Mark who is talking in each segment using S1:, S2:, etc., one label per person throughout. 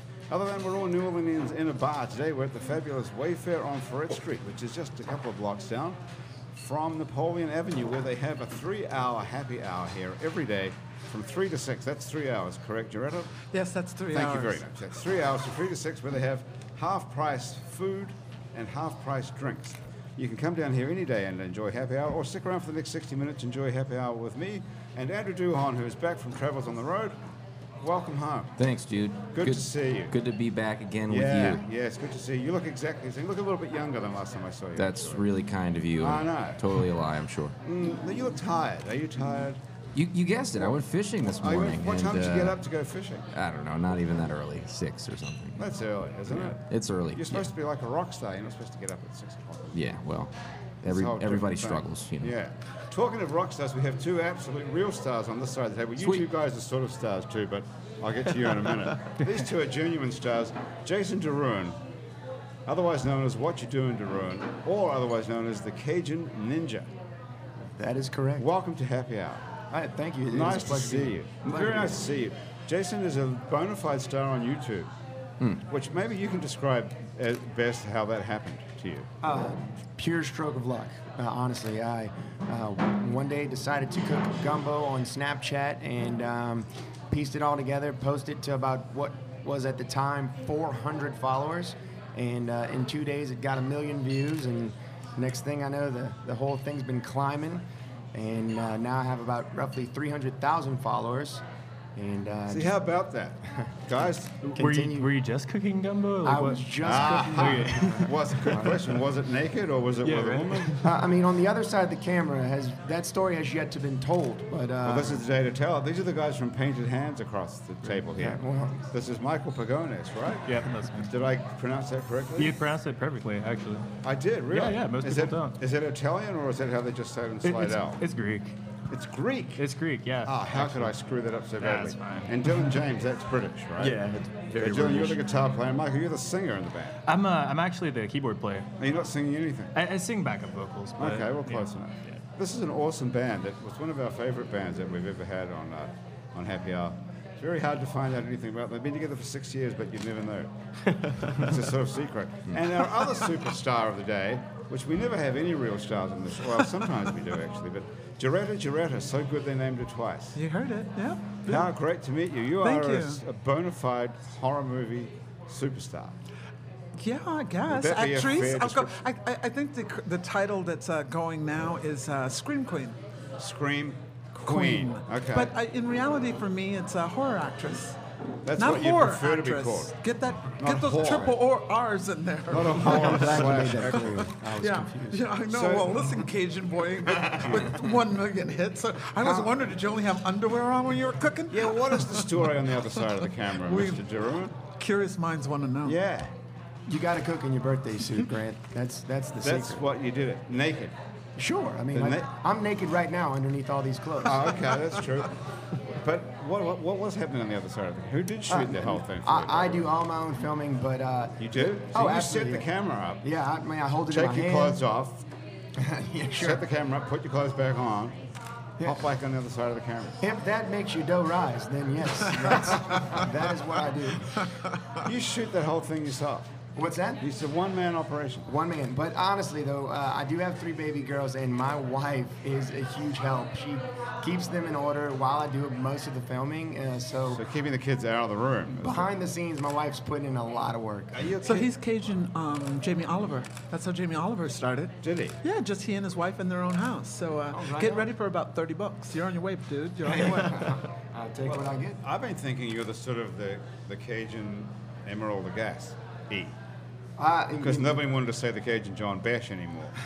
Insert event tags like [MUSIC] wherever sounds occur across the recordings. S1: Other than we're all New Orleanians in a bar, today we're at the fabulous Wayfair on Ferret Street, which is just a couple of blocks down from Napoleon Avenue, where they have a three hour happy hour here every day from 3 to 6. That's three hours, correct, Geretta?
S2: Yes, that's three
S1: Thank
S2: hours.
S1: you very much. That's three hours from three to six, where they have half price food and half price drinks. You can come down here any day and enjoy happy hour, or stick around for the next 60 minutes, enjoy happy hour with me and Andrew Duhon, who is back from Travels on the Road. Welcome home.
S3: Thanks, dude.
S1: Good to see you.
S3: Good to be back again
S1: yeah,
S3: with you.
S1: yeah, it's good to see you. You look exactly the same. You look a little bit younger than last time I saw you.
S3: That's really kind of you.
S1: I
S3: and
S1: know.
S3: Totally a lie, I'm sure.
S1: Mm, you look tired. Are you tired?
S3: You, you guessed it. I went fishing this
S1: Are Oh, you-
S3: morning.
S1: what time
S3: and,
S1: did you get
S3: uh,
S1: up to go fishing?
S3: I don't know. Not even that early. Six or something.
S1: That's early, isn't it?
S3: It's early.
S1: You're supposed to be like a rock star. You're not supposed to get up at six o'clock.
S3: yeah. yeah. Well,
S1: It's
S3: every,
S1: a whole
S3: everybody
S1: different thing.
S3: struggles. You know.
S1: Yeah. Talking of rock stars, we have two absolute real stars on this side of the table. You
S3: Sweet.
S1: two guys are sort of stars too, but I'll get to you in a minute. These two are genuine stars. Jason Deruin, otherwise known as What You Doing Deruin, or otherwise known as the Cajun Ninja.
S4: That is correct.
S1: Welcome to Happy Hour.
S4: All right, thank you. It is a
S1: nice to
S4: pleasure be
S1: see
S4: here.
S1: you. Very nice to see you. Jason is a bona fide star on YouTube, which maybe you can describe as best how that happened to you.
S4: Uh, pure stroke of luck. Uh, honestly, I uh, one day decided to cook gumbo on Snapchat and um, pieced it all together, posted it to about what was at the time 400 followers, and uh, in two days it got a million views. And next thing I know, the, the whole thing's been climbing, and uh, now I have about roughly 300,000 followers. And uh,
S1: See, how about that? Guys,
S5: Were you,
S4: Continue.
S5: were you just cooking gumbo? or
S4: I
S5: what?
S4: was just cooking
S1: Ah, [LAUGHS] was good question. Was it naked or was it
S5: Yeah,
S1: with
S5: right.
S1: a woman?
S4: Uh, I mean, on the other side of the camera, has that story has yet to been told, but uh,
S5: Uh-huh.
S1: Well, this is the day to tell. These are the guys from Painted Hands across the table here.
S4: Yeah, well-
S1: this is Michael Pagones, right?
S5: Yeah, that's me.
S1: Did I pronounce that correctly?
S5: You pronounced it perfectly, actually.
S1: I did, really.
S5: yeah, most
S1: is
S5: people
S1: that,
S5: don't.
S1: Is it Italian or is that how they just say it and
S5: It-
S1: slide
S5: it's,
S1: out?
S5: it's Greek.
S1: It's Greek.
S5: It's Greek, yeah.
S1: Ah, how could I screw that up so badly?
S5: That's fine.
S1: And Dylan James, that's British, right?
S5: Yeah, it's very
S1: Dylan, you're the
S5: British.
S1: guitar player. Michael, you're the singer in the band.
S5: I'm, uh, I'm actually the keyboard player.
S1: And you're not singing anything.
S5: I, I sing backup vocals. But,
S1: Okay, we're
S5: yeah,
S1: close enough.
S5: yeah.
S1: This is an awesome band. It was one of our favorite bands that we've ever had on uh, on Happy Hour. It's very hard to find out anything about them. They've been together for six years, but you'd never
S2: [LAUGHS]
S1: know. it's a sort of secret.
S2: Hmm.
S1: And our other superstar of the day, which we never have any real stars on this. Well, sometimes we do actually, but Jaretta Jaretta, so good they named her twice.
S2: You heard it, yeah.
S1: How great to meet you. You
S2: Thank
S1: are a
S2: you.
S1: s- A, bona fide horror movie superstar.
S2: Yeah, I guess.
S1: Would that be a
S2: Actress.
S1: fair
S2: Of course. I, I, I think the, c- the title that's uh, going now is uh, Scream Queen.
S1: Scream Queen. Okay.
S2: But uh, in reality, for me, it's a horror actress.
S1: That's
S2: Not
S1: what you
S2: horror
S1: prefer to
S2: actress.
S1: be called.
S2: Get that.
S1: Not
S2: get those
S1: whore.
S2: triple or R's in there.
S1: Not a [LAUGHS] horror
S4: glad you made
S1: slash
S4: that
S1: actor.
S4: I was
S2: yeah,
S4: confused.
S2: yeah, I know.
S1: So-
S2: well, listen, Cajun
S1: [LAUGHS]
S2: boy, with, with one million hits. So I was wondering, did you only have underwear on when you were cooking?
S1: Yeah, what is the story on the other side of the camera,
S2: We-
S1: Mr. Duran?
S2: Curious minds want to know.
S1: Yeah,
S4: you got to cook in your birthday suit, Grant. That's that's the
S1: that's
S4: secret.
S1: what you did it naked.
S4: sure, I mean,
S1: The
S4: I,
S1: na-
S4: I'm naked right now underneath all these clothes.
S1: Oh, okay, that's true. But what, what, what was happening on the other side of the Who did shoot the whole thing? For you, by
S4: Uh, I, I
S1: the
S4: do
S1: way?
S4: all my own filming, but uh,
S1: You do? So
S4: Oh,
S1: you
S4: absolutely,
S1: set the
S4: yeah.
S1: camera up.
S4: yeah, I mean, I hold it
S1: Take
S4: in my
S1: your
S4: hand.
S1: clothes off.
S4: [LAUGHS] yeah,
S1: Set
S4: sure.
S1: the camera up. Put your clothes back on.
S4: Yeah.
S1: Hop back on the other side of the camera.
S4: If that makes your dough rise, then
S1: [LAUGHS]
S4: yes, that's, that is what I do.
S1: You shoot that whole thing yourself.
S4: What's that?
S1: It's a one-man operation.
S4: One man. But honestly, though, uh, I do have three baby girls, and my wife is a huge help. She keeps them in order while I do most of the filming. Uh, so,
S1: So keeping the kids out of the room. is-
S4: behind the scenes, my wife's putting in a lot of work.
S1: Are you a
S2: So
S1: kid?
S2: he's Cajun um, Jamie Oliver. That's how Jamie Oliver started.
S1: Did he?
S2: Yeah, just he and his wife in their own house. So uh,
S4: Oh, right
S2: get
S4: on.
S2: ready for about 30 bucks. You're on your way, dude. You're on your way.
S4: I'll take what I get.
S1: I've been thinking you're the sort of the, the Cajun Emerald of Gas. E.
S4: Uh, and-
S1: Because nobody wanted to say the Cajun John Bash anymore.
S2: [LAUGHS]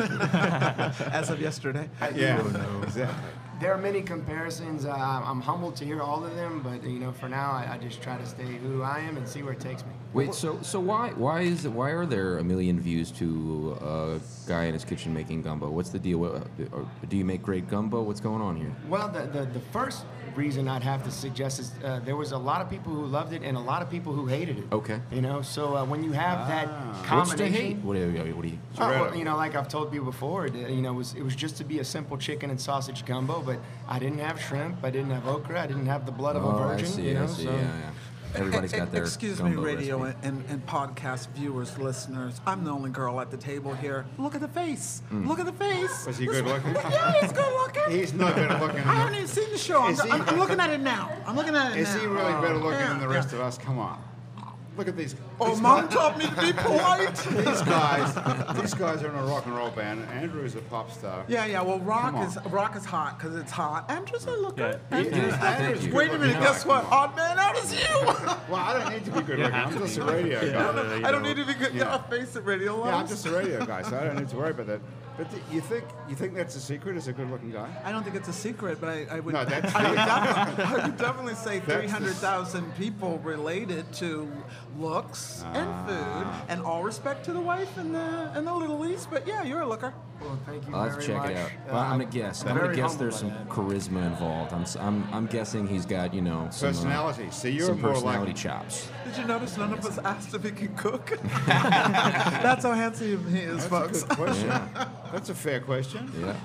S2: As of yesterday.
S1: yeah, exactly.
S4: there are many comparisons. Uh, I'm humbled to hear all of them, but you know, for now, I, I just try to stay who I am and see where it takes me.
S3: Wait, so so why why is it, why are there a million views to a guy in his kitchen making gumbo? What's the deal? What- uh, Do you make great gumbo? What's going on here?
S4: Well, the, the, the first reason I'd have to suggest is uh, there was a lot of people who loved it and a lot of people who hated it.
S3: Okay.
S4: You know, so uh, when you have that
S3: What's the hate?
S4: combination,
S3: What do you? What do you
S4: Oh, well, you know, like I've told you before, it, uh, you know, was it was just to be a simple chicken and sausage gumbo, but I didn't have shrimp, I didn't have okra, I didn't have the blood of
S3: oh,
S4: a virgin.
S3: I see.
S4: you know,
S3: I see.
S4: so.
S3: Yeah, yeah. [LAUGHS] Everybody's
S2: E- e-
S3: got their
S2: Excuse me,
S3: gumbo
S2: radio
S3: recipe.
S2: and, and, and podcast viewers, listeners. I'm the only girl at the table here. Look at the face.
S3: Mm.
S2: Look at the face.
S1: Was he good looking?
S2: yeah, he's good looking.
S1: He's not better looking.
S2: I
S1: Than,
S2: haven't even seen the show. I'm,
S1: Is he-
S2: I'm, I'm looking at it now. I'm looking at it
S1: is
S2: now. Oh,
S1: he really better looking than the
S2: Yeah.
S1: rest of us? Come on, look at these.
S2: Oh,
S1: these
S2: mom
S1: guys-
S2: taught me to
S1: [LAUGHS]
S2: be polite.
S1: These guys, these guys are in a rock and roll band. and Andrew's a pop star.
S2: Yeah, yeah. Well, rock
S1: Come on.
S2: is rock is hot because it's hot. Andrew's a looker.
S5: Yeah.
S2: Andrew's
S3: Yeah,
S2: a
S3: thank
S2: looker.
S3: you.
S2: Wait a minute.
S1: Yeah,
S2: Guess
S1: come
S2: what?
S1: on.
S2: Odd man out is you.
S1: Well, I don't need to be good looking.
S5: have
S1: I'm
S5: to
S1: just
S5: be.
S1: a radio guy.
S5: Uh, you
S2: I don't
S5: know,
S2: need to be good.
S1: yeah.
S2: Yeah. I'll face it, radio
S1: Yeah, I'm
S2: loves.
S1: just a radio guy, so I don't need to worry about that. But th- you think you think that's a secret? Is a good looking guy?
S2: I don't think it's a secret, but I, I would.
S1: No, that's [LAUGHS]
S2: I would, definitely, I would definitely say
S1: the-
S2: 300,000 people related to looks
S1: Ah.
S2: and food, and all respect to the wife and the and the little East. But yeah, you're a looker.
S4: Well, thank you
S3: Well,
S4: very
S3: let's check
S4: much.
S3: it out.
S4: Uh,
S3: Well, I'm gonna guess. I'm gonna
S4: very
S3: guess
S4: humbled
S3: there's some
S4: by that.
S3: charisma involved. I'm, s- I'm, I'm guessing he's got you know some, uh,
S1: Personality. See, you're
S3: some
S1: more
S3: personality
S1: like-
S3: chops.
S2: Did you notice none of us asked if he can
S1: [LAUGHS]
S2: cook? That's how handsome he is,
S1: That's
S2: folks.
S1: a good question.
S3: Yeah.
S1: That's a fair question.
S3: Yeah.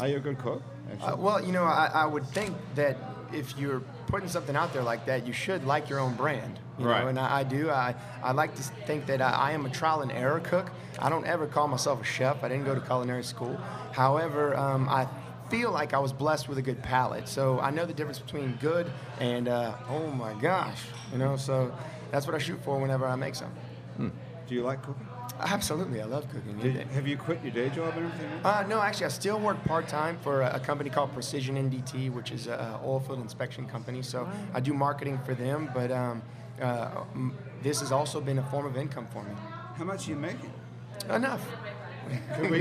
S1: Are you a good cook? Actually?
S4: Uh, well, you know, I, I would think that if you're putting something out there like that, you should like your own brand. You
S1: Right.
S4: Know? And I, I do. I, I like to s- think that I, I am a trial and error cook. I don't ever call myself a chef. I didn't go to culinary school. However, um, I feel like I was blessed with a good palate. So I know the difference between good and, uh, oh my gosh, you know, so that's what I shoot for whenever I make something.
S1: Do you like cooking?
S4: Absolutely. I love cooking.
S1: Did, have you quit your day job and everything?
S4: Uh, no, actually, I still work part time for a, a company called Precision NDT, which is an oil field inspection company. So I do marketing for them, but um, uh, m- this has also been a form of income for me.
S1: How much are you making?
S4: [LAUGHS] Enough.
S1: Could we,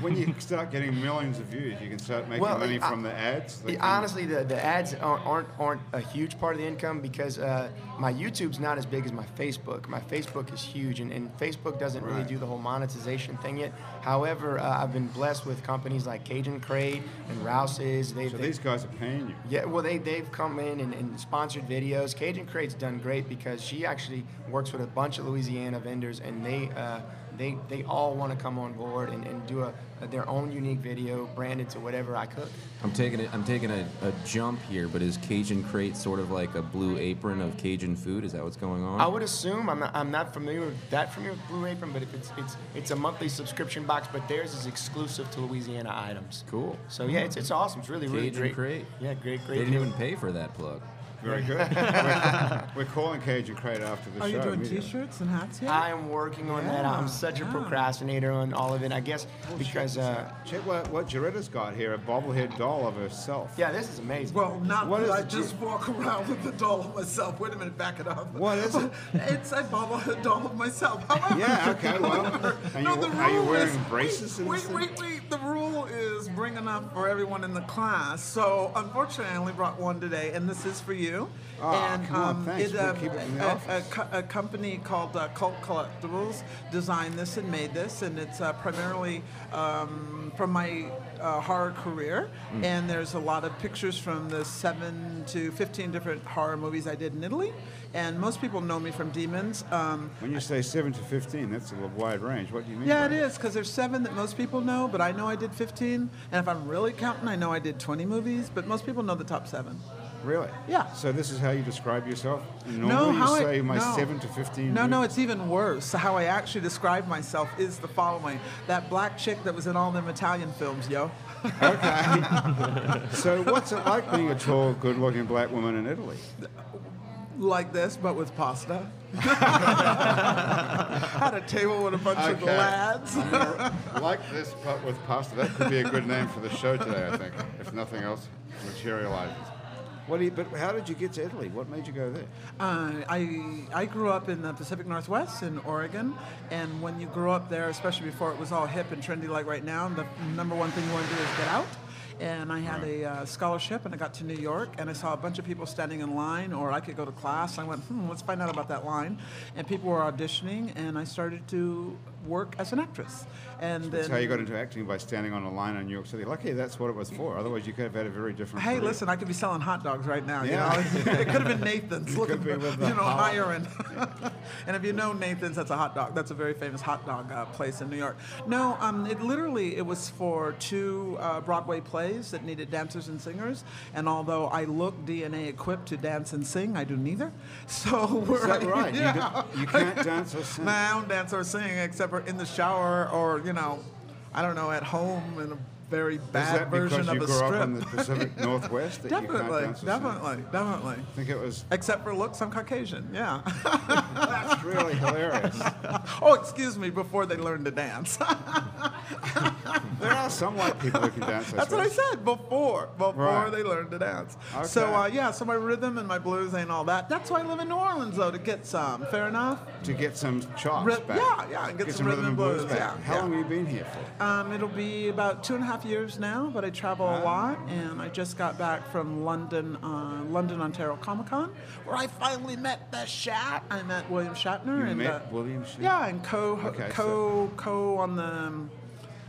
S1: when you start getting millions of views, you can start making
S4: Well,
S1: money
S4: I-
S1: from the ads. that
S4: The-
S1: come-
S4: honestly, the, the ads aren't, aren't aren't a huge part of the income because uh, my YouTube's not as big as my Facebook. My Facebook is huge, and, and Facebook doesn't really
S1: Right.
S4: do the whole monetization thing yet. However, uh, I've been blessed with companies like Cajun Crate and Rouse's. They've,
S1: so
S4: they've-
S1: these guys are paying you.
S4: Yeah, well, they, they've come in and, and sponsored videos. Cajun Crate's done great because she actually works with a bunch of Louisiana vendors, and they uh, they they all want to come on board and, and do a, their own unique video branded to whatever I cook.
S3: I'm taking it. I'm taking a, a jump here, but is Cajun crate sort of like a blue apron of Cajun food? Is that what's going on?
S4: I would assume I'm not, I'm not familiar with that familiar with Blue Apron, but if it's it's it's a monthly subscription box, but theirs is exclusive to Louisiana items.
S3: Cool.
S4: So yeah, it's, it's awesome. It's really really
S3: Cajun
S4: great.
S3: Crate.
S4: Yeah, great
S3: They
S4: great.
S3: didn't
S4: deal.
S3: even pay for that plug.
S1: Very
S4: [LAUGHS]
S1: good. we're, we're calling Cajun Crate after the
S2: Are
S1: show.
S2: you doing
S1: immediately.
S2: T-shirts and hats yet?
S4: I am working on that. I'm such a
S2: Yeah.
S4: procrastinator on all of it. I guess because. Uh,
S1: Check what, what Jaretta's got here—a bobblehead doll of herself.
S4: Yeah, this is amazing.
S2: Well, not
S1: What
S2: that
S1: is
S2: I
S1: it?
S2: just walk around with a doll of myself. Wait a minute, back it up.
S1: What is it?
S2: [LAUGHS] It's a bobblehead doll of myself. However,
S1: [LAUGHS] Yeah, okay, well,
S2: however-
S4: [LAUGHS]
S1: are
S2: no,
S1: you-
S2: the
S1: are you
S2: rule
S1: wearing
S2: is,
S1: braces and
S2: Wait,
S1: stuff?
S2: wait, wait, wait. The rule is bring enough for everyone in the class. So unfortunately, I only brought one today, and this is for you.
S1: Aw,
S2: and um, uh,
S1: Ah, come on, thanks. We'll keep it in the
S2: a, a,
S1: office.
S2: co- a company called uh, Cult Collectibles designed this and made this, and it's uh, primarily um, from my uh, horror career.
S1: Hmm.
S2: And there's a lot of pictures from the seven to 15 different horror movies I did in Italy. And most people know me from Demons. Um,
S1: When you say seven to fifteen, that's a wide range. What do you mean?
S2: yeah,
S1: by
S2: it
S1: that?
S2: is, because there's seven that most people know, but I know I did 15. And if I'm really counting, I know I did 20 movies, but most people know the top seven.
S1: Really?
S2: Yeah.
S1: So this is how you describe yourself? Normally you say my seven to fifteen.
S2: No, no,
S1: minutes.
S2: it's even worse. How I actually describe myself is the following: that black chick that was in all them Italian films, yo.
S1: So
S2: [LAUGHS]
S1: what's it like being a tall, good-looking black woman in Italy?
S2: Like this, but with pasta. [LAUGHS] At a table with a bunch of
S1: Okay.
S2: lads.
S1: like this, but with pasta. That could be a good name for the show today, I think, if nothing else materializes. What do you, but how did you get to Italy? What made you go there?
S2: Uh, I I grew up in the Pacific Northwest in Oregon, and when you grew up there, especially before it was all hip and trendy like right now, the number one thing you want to do is get out. and I had a uh, scholarship, and I got to New York, and I saw a bunch of people standing in line, or I could go to class. I went, hmm, let's find out about that line, and people were auditioning, and I started to work as an actress. And
S1: That's
S2: then,
S1: how you got into acting by standing on a line in New York City. Lucky that's what it was for. Otherwise, you could have had a very different.
S2: Hey,
S1: career.
S2: listen, I could be selling hot dogs right now.
S1: Yeah.
S2: You know, [LAUGHS] it could have been
S1: [LAUGHS]
S2: Nathan's. Looking
S1: could be
S2: for,
S1: with the
S2: you know,
S1: hot-
S2: hiring. [LAUGHS] and if you know Nathan's, that's a hot dog. That's a very famous hot dog uh, place in New York. No, um, it literally it was for two uh, Broadway plays that needed dancers and singers. And although I look DNA equipped to dance and sing, I do neither. [LAUGHS] So we're
S1: Is
S2: [LAUGHS]
S1: that right? You
S2: Yeah.
S1: don't- You, can't dance or sing.
S2: Nah, I don't dance or sing except for in the shower or you know, I don't know, at home in a very
S1: Is
S2: [LAUGHS] bad
S1: that because
S2: version
S1: you
S2: of a
S1: grew
S2: script.
S1: up in the
S2: [LAUGHS]
S1: Pacific Northwest that you can't
S2: Definitely,
S1: dance or sing?
S2: definitely, definitely.
S1: I think it was
S2: Except for looks, I'm Caucasian. Yeah. [LAUGHS]
S1: that's really hilarious.
S2: oh, excuse me. Before they learned to dance. [LAUGHS]
S1: There are some white people who can dance. I
S2: That's what I
S1: suppose.
S2: said before. Before
S1: Right.
S2: they learned to dance. So
S1: Okay.
S2: uh, yeah. So my rhythm and my blues ain't all that. That's why I live in New Orleans though to get some. Fair enough.
S1: To get some chops
S2: Rhythm-
S1: back.
S2: yeah, yeah, get some rhythm and blues, yeah,
S1: How
S2: yeah.
S1: long have you been here for?
S2: Um, it'll be about two and a half years now, but I travel a lot, and I just got back from London, uh, London Ontario Comic Con, where I finally met the Shat. I met William Shatner
S1: You
S2: and
S1: met
S2: uh,
S1: William Shatner?
S2: Yeah, and co
S1: Okay,
S2: co co on the um,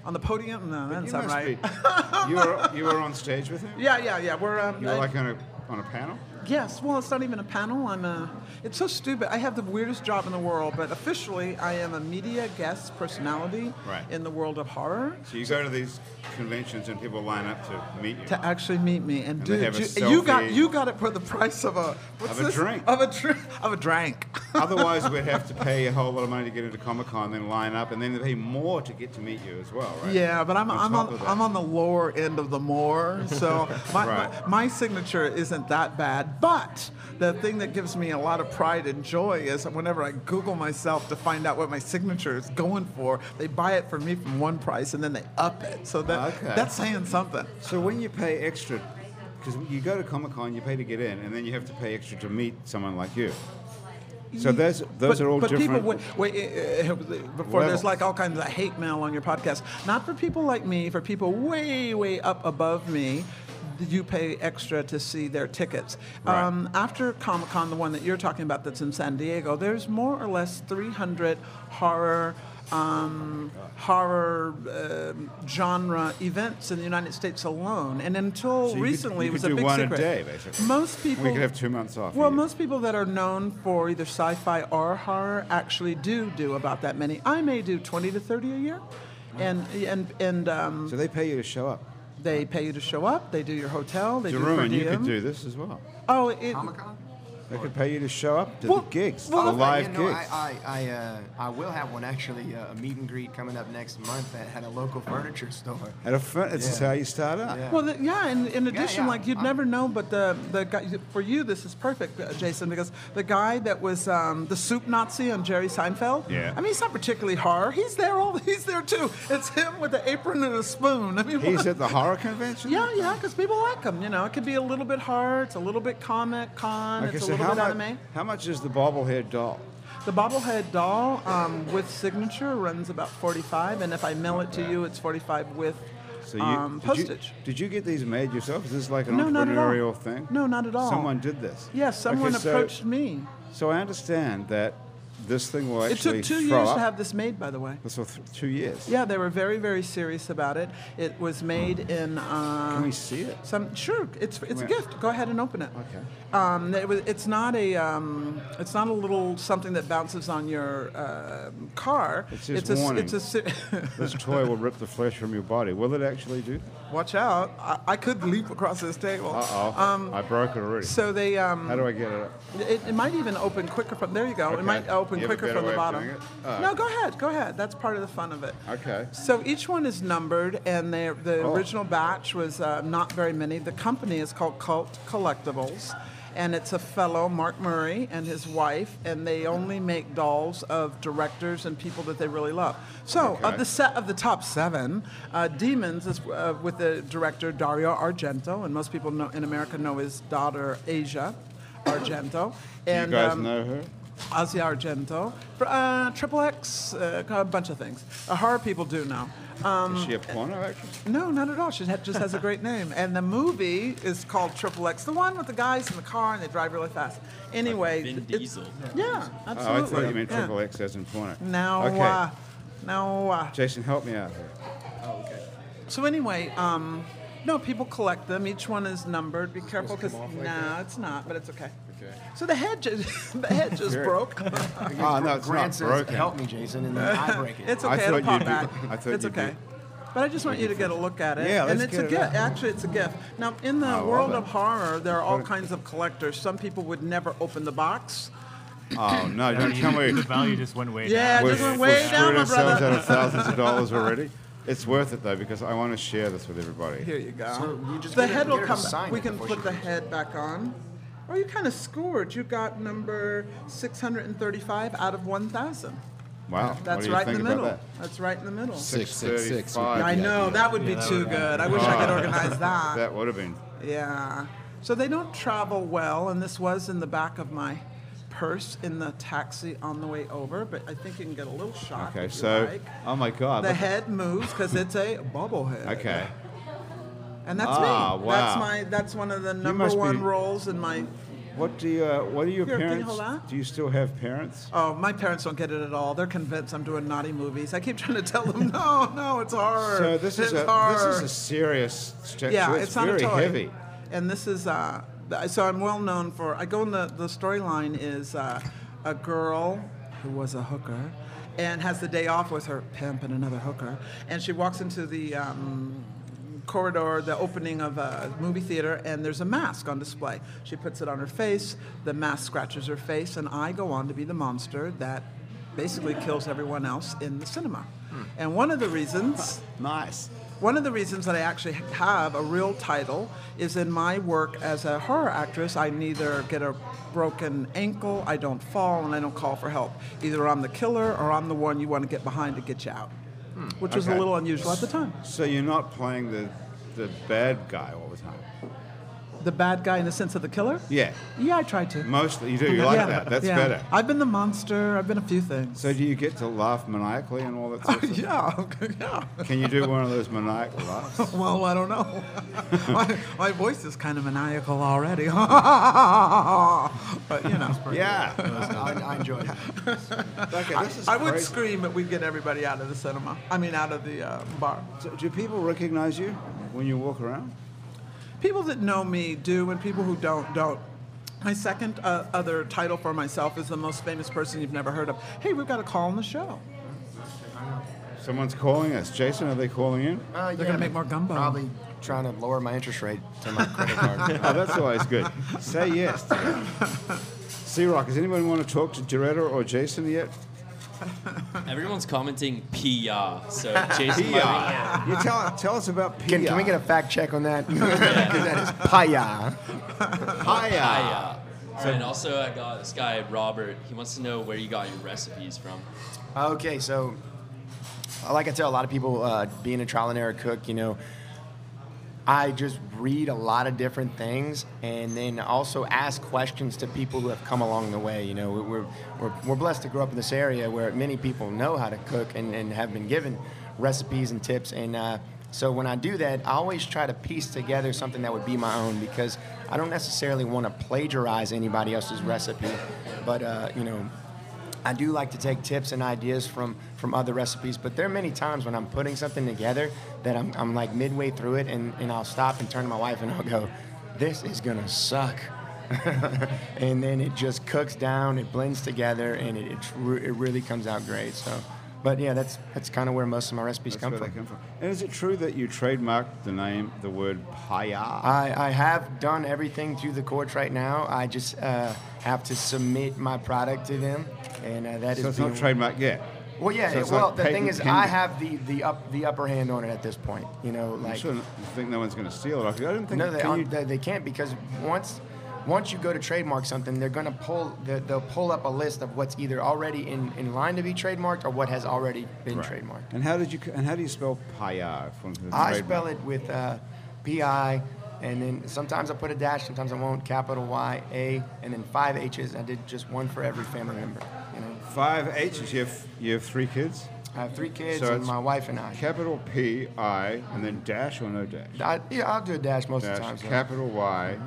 S2: on the podium. No, that's
S1: you
S2: not
S1: must
S2: right. [LAUGHS]
S1: be- you were you were on stage with him.
S2: Yeah, yeah, yeah. We're um,
S1: You were
S2: I-
S1: like on a on a panel.
S2: Yes, well, it's not even a panel. I'm a. It's so stupid. I have the weirdest job in the world, but officially, I am a media guest personality
S1: Right.
S2: in the world of horror.
S1: So you go to these conventions and people line up to meet you.
S2: to actually meet me. And,
S1: they
S2: dude,
S1: have a
S2: you, you got
S1: selfie.
S2: you got it for the price of a what's
S1: Of a
S2: this?
S1: drink.
S2: of a drink of a drink.
S1: Otherwise, we'd have to
S2: [LAUGHS]
S1: pay a whole lot of money to get into Comic Con, then line up, and then they pay more to get to meet you as well,
S2: [LAUGHS]
S1: right?
S2: Yeah, but I'm I'm
S1: top
S2: on
S1: of that.
S2: I'm on the lower end of the more,
S1: [LAUGHS]
S2: so my,
S1: Right.
S2: my my signature isn't that bad. But the thing that gives me a lot of pride and joy is whenever I Google myself to find out what my signature is going for, they buy it for me from one price and then they up it. So that
S1: Okay.
S2: that's saying something.
S1: So when you pay extra, because you go to Comic Con, you pay to get in, and then you have to pay extra to meet someone like you. So those those
S2: but,
S1: are all
S2: but
S1: different.
S2: people, wait, wait, uh, uh, before
S1: Levels.
S2: there's like all kinds of hate mail on your podcast. Not for people like me, for people way, way up above me. You pay extra to see their tickets.
S1: Right.
S2: Um, after Comic Con, the one that you're talking about that's in San Diego, there's more or less 300 horror. Um, horror um genre events in the United States alone, and until
S1: So you could-
S2: recently
S1: you
S2: it was
S1: could
S2: a
S1: do
S2: big
S1: one a
S2: secret.
S1: day, basically.
S2: Most people
S1: we could have two months off. a
S2: well,
S1: year.
S2: most people that are known for either sci-fi or horror actually do do about that many. I may do twenty to thirty a year, and and and um,
S1: So they pay you to show up.
S2: they pay you to show up. They do your hotel. They do per
S1: Jeroen, you could
S2: diem.
S1: do this as well.
S2: Oh, it,
S1: They could pay you to show up to
S2: Well-
S1: the gigs,
S2: well,
S1: the
S2: if
S1: live
S4: you know,
S1: gigs.
S4: I I, I, uh, I will have one actually uh, a meet and greet coming up next month at, at a local furniture store.
S1: At a fir- this is
S4: Yeah.
S1: how you start out.
S4: Yeah.
S2: Well, the, yeah, and in addition,
S4: yeah.
S2: like you'd
S4: I'm-
S2: never know, but the the guy for you, this is perfect, uh, Jason, because the guy that was um, the soup Nazi on Jerry Seinfeld.
S1: Yeah.
S2: I mean, he's not particularly horror. He's there all. [LAUGHS] He's there too. It's him with the apron and a spoon. I mean,
S1: He's at the horror convention.
S2: Yeah, yeah, because people like them. You know, it could be a little bit hard. It's a little bit comic con.
S1: Okay,
S2: it's a
S1: so
S2: little
S1: how
S2: bit
S1: much,
S2: anime.
S1: how much is the bobblehead doll?
S2: The bobblehead doll um, with signature runs about forty-five, and if I mail it to you, it's forty-five with
S1: So you,
S2: um,
S1: did you-
S2: postage.
S1: Did you get these made yourself? Is this like an
S2: No, not at all.
S1: entrepreneurial thing?
S2: No, not at all.
S1: Someone did this.
S2: Yeah, someone
S1: Okay, so-
S2: approached me.
S1: So I understand that this thing will
S2: It
S1: actually
S2: took two
S1: throw
S2: years
S1: up.
S2: to have this made, by the way.
S1: This will th- two years.
S2: Yeah, they were very, very serious about it. It was made in. Uh,
S1: Can we see it?
S2: Some sure, it's it's
S1: Where?
S2: a gift. Go ahead and open it.
S1: Okay.
S2: Um, it was, it's not a um, it's not a little something that bounces on your um car.
S1: It's just
S2: a s-
S1: warning.
S2: It's a si- [LAUGHS]
S1: This toy will rip the flesh from your body. Will it actually do?
S2: watch out. I, I could leap across this table.
S1: Uh oh. I broke it already.
S2: Um, So they um,
S1: How do I get it up?
S2: it, it might even open quicker from there. You go.
S1: Okay.
S2: It might open
S1: You have a
S2: quicker
S1: better
S2: from the
S1: way of
S2: bottom.
S1: doing it? Uh,
S2: no, go ahead. Go ahead. That's part of the fun of it.
S1: Okay.
S2: So each one is numbered, and they the
S1: Oh.
S2: original batch was uh, not very many. The company is called Cult Collectibles, and it's a fellow, Mark Murray, and his wife, and they only make dolls of directors and people that they really love. So
S1: Okay.
S2: of the set of the top seven, uh, Demons is uh, with the director Dario Argento, and most people know, in America know his daughter Asia Argento. And,
S1: you guys
S2: um,
S1: know her?
S2: Ozzy Argento, Fr- uh, Triple X, uh, a bunch of things. Uh, horror people do know.
S1: Is she a porno actress?
S2: No, not at all. She ha- just has a great name. And the movie is called Triple X, the one with the guys in the car and they drive really fast. Anyway,
S6: Vin
S2: it's-
S6: Diesel.
S2: Yeah,
S1: Oh, I
S2: absolutely.
S1: thought you meant
S2: yeah.
S1: triple X as in porno.
S2: No,
S1: Okay.
S2: uh, no. Uh,
S1: Jason, help me out [LAUGHS] here.
S2: so anyway, um, no, people collect them. Each one is numbered. Be careful because no, it's not, but it's okay.
S1: Okay.
S2: So the head, ju- [LAUGHS] the head just
S1: Very-
S2: broke.
S1: [LAUGHS] Oh, no, it's
S4: Grant
S1: not
S4: says,
S1: broken.
S4: help me, Jason, and then I break it.
S2: It's
S1: I
S2: okay. It'll
S1: thought
S2: pop
S1: you'd be-
S2: back.
S1: [LAUGHS] I thought
S2: it's
S1: you'd be-
S2: okay. But I just want you to get a look at it.
S1: Yeah,
S2: and
S1: let's
S2: it's
S1: get
S2: a
S1: it
S2: gift.
S1: out.
S2: Actually, it's a gift. Now, in the
S1: I love
S2: world
S1: it.
S2: of horror, there are all kinds of collectors. Some people would never open the box.
S1: Oh, no, [LAUGHS] don't tell me.
S5: The value just went way
S2: Yeah,
S5: down.
S2: it
S1: We've,
S2: just went
S1: we've
S2: way down,
S1: screwed
S2: my
S1: ourselves out
S2: brother. [LAUGHS]
S1: of thousands of dollars already. It's worth it, though, because I want to share this with everybody.
S2: Here you go.
S4: So you just
S2: the
S4: get her-
S2: head
S4: get
S2: will
S4: her to
S2: come.
S4: sign
S2: Back. We
S4: it
S2: can
S4: before
S2: put
S4: she
S2: the
S4: leaves.
S2: head back on. Oh, you kind of scored. You got number 635 out of 1,000.
S1: Wow. what
S2: That's
S1: do you
S2: right in
S1: think
S2: the
S1: about
S2: middle.
S1: That?
S2: That's right in the middle.
S6: Six six six. would be
S1: Yeah, Oh.
S2: I
S6: the
S2: know
S6: idea.
S2: that would be too good.
S4: [LAUGHS]
S2: I wish I could organize that.
S1: [LAUGHS] That would have been.
S2: Yeah. So they don't travel well, and this was in the back of my purse in the taxi on the way over, but I think you can get a little shot.
S1: Okay,
S2: if you
S1: so.
S2: like.
S1: Oh, my God.
S2: The
S1: look-
S2: head moves because it's a bobblehead.
S1: Okay.
S2: And that's
S1: Ah,
S2: me.
S1: wow.
S2: That's my. That's one of the number
S1: must
S2: one
S1: be-
S2: roles in my.
S1: What do you, uh, what are your
S2: Here, can you
S1: parents?
S2: hold that?
S1: Do you still have parents?
S2: Oh, my parents don't get it at all. They're convinced I'm doing naughty movies. I keep trying to tell them, [LAUGHS] no, no, it's horror.
S1: So this is
S2: it's
S1: a
S2: horror.
S1: this is a serious stretch.
S2: yeah,
S1: it's,
S2: it's, not
S1: very
S2: a toy.
S1: heavy.
S2: And this is uh, th- so I'm well known for. I go in the the storyline is uh, a girl who was a hooker and has the day off with her pimp and another hooker, and she walks into the. Um, corridor the opening of a movie theater and there's a mask on display she puts it on her face the mask scratches her face and i go on to be the monster that basically kills everyone else in the cinema
S1: Hmm.
S2: and one of the reasons
S1: Nice.
S2: one of the reasons that I actually have a real title is in my work as a horror actress, I neither get a broken ankle, I don't fall, and I don't call for help. Either I'm the killer or I'm the one you want to get behind to get you out, which was a
S1: Hmm, okay.
S2: little unusual at the time.
S1: So you're not playing the the bad guy all the time.
S2: The bad guy in the sense of the killer?
S1: Yeah,
S2: Yeah, I tried to.
S1: mostly you do. You like
S2: Yeah,
S1: that. That's
S2: yeah.
S1: better.
S2: I've been the monster, I've been a few things.
S1: So do you get to laugh maniacally and all that? Sort of stuff?
S2: [LAUGHS] yeah, [LAUGHS] yeah.
S1: Can you do one of those maniacal laughs?
S2: [LAUGHS] Well, I don't know. my, my voice is kind of maniacal already. [LAUGHS] but, you know.
S1: yeah.
S4: I, I
S2: [LAUGHS]
S4: enjoyed it. Uh,
S1: Okay, this is
S2: I would
S1: crazy.
S2: scream, but we'd get everybody out of the cinema. I mean, out of the uh, bar.
S1: So do people recognize you when you walk around?
S2: People that know me do, and people who don't don't. My second uh, other title for myself is the most famous person you've never heard of. Hey, we've got a call on the show.
S1: Someone's calling us. Jason, are they calling in?
S4: Uh,
S2: They're gonna make more gumbo.
S4: Probably trying to lower my interest rate to my credit
S1: [LAUGHS]
S4: card.
S1: Oh, that's always good. Say yes. to that. Sea Rock, does anyone want to talk to Doretta or Jason yet?
S6: Everyone's commenting PR. So Jason, might be-
S1: PR. You tell, tell us about PR.
S4: Can, can we get a fact check on that? [LAUGHS] 'Cause that is paya.
S1: Hiya.
S6: Yeah. and also, I got this guy Robert. He wants to know where you got your recipes from.
S4: Okay, so like I tell a lot of people, uh, being a trial and error cook, you know, I just read a lot of different things and then also ask questions to people who have come along the way. You know, we- we're, we're, we're blessed to grow up in this area where many people know how to cook and, and have been given recipes and tips. And uh, so when I do that, I always try to piece together something that would be my own because I don't necessarily want to plagiarize anybody else's recipe. But, uh, you know, I do like to take tips and ideas from from other recipes, but there are many times when I'm putting something together that I'm, I'm like midway through it and, and I'll stop and turn to my wife and I'll go, this is gonna suck. [LAUGHS] and then it just cooks down, it blends together, and it, it's re- it really comes out great. So, but yeah, that's that's kind of where most of my recipes
S1: That's
S4: come
S1: where
S4: from.
S1: they come from. And is it true that you trademarked the name, the word paya?
S4: I, I have done everything through the courts right now. I just uh, have to submit my product to them, and uh, that is
S1: So it's not
S4: being-
S1: trademark yet.
S4: Well, yeah.
S1: So it's
S4: well,
S1: like
S4: the thing
S1: patent
S4: is, I
S1: pending.
S4: have the the up the upper hand on it at this point. You know,
S1: I
S4: like
S1: shouldn't think no one's going to steal it. I don't think.
S4: no, they,
S1: can
S4: aren't,
S1: you-
S4: they they can't because once once you go to trademark something, they're gonna pull they'll- they'll pull up a list of what's either already in, in line to be trademarked or what has already been
S1: Right.
S4: trademarked.
S1: And how did you? And how do you spell paya? From the
S4: I
S1: trademark?
S4: spell it with uh, P-I, and then sometimes I put a dash, sometimes I won't. Capital Y A, and then five H's. I did just one for every family member. You know.
S1: Five H's. You have you have three kids.
S4: I have three kids
S1: So
S4: and
S1: it's
S4: my wife and I.
S1: Capital P I and then dash or no dash?
S4: I. Yeah, I'll do a dash most of the time.
S1: Dash.
S4: So.
S1: Capital Y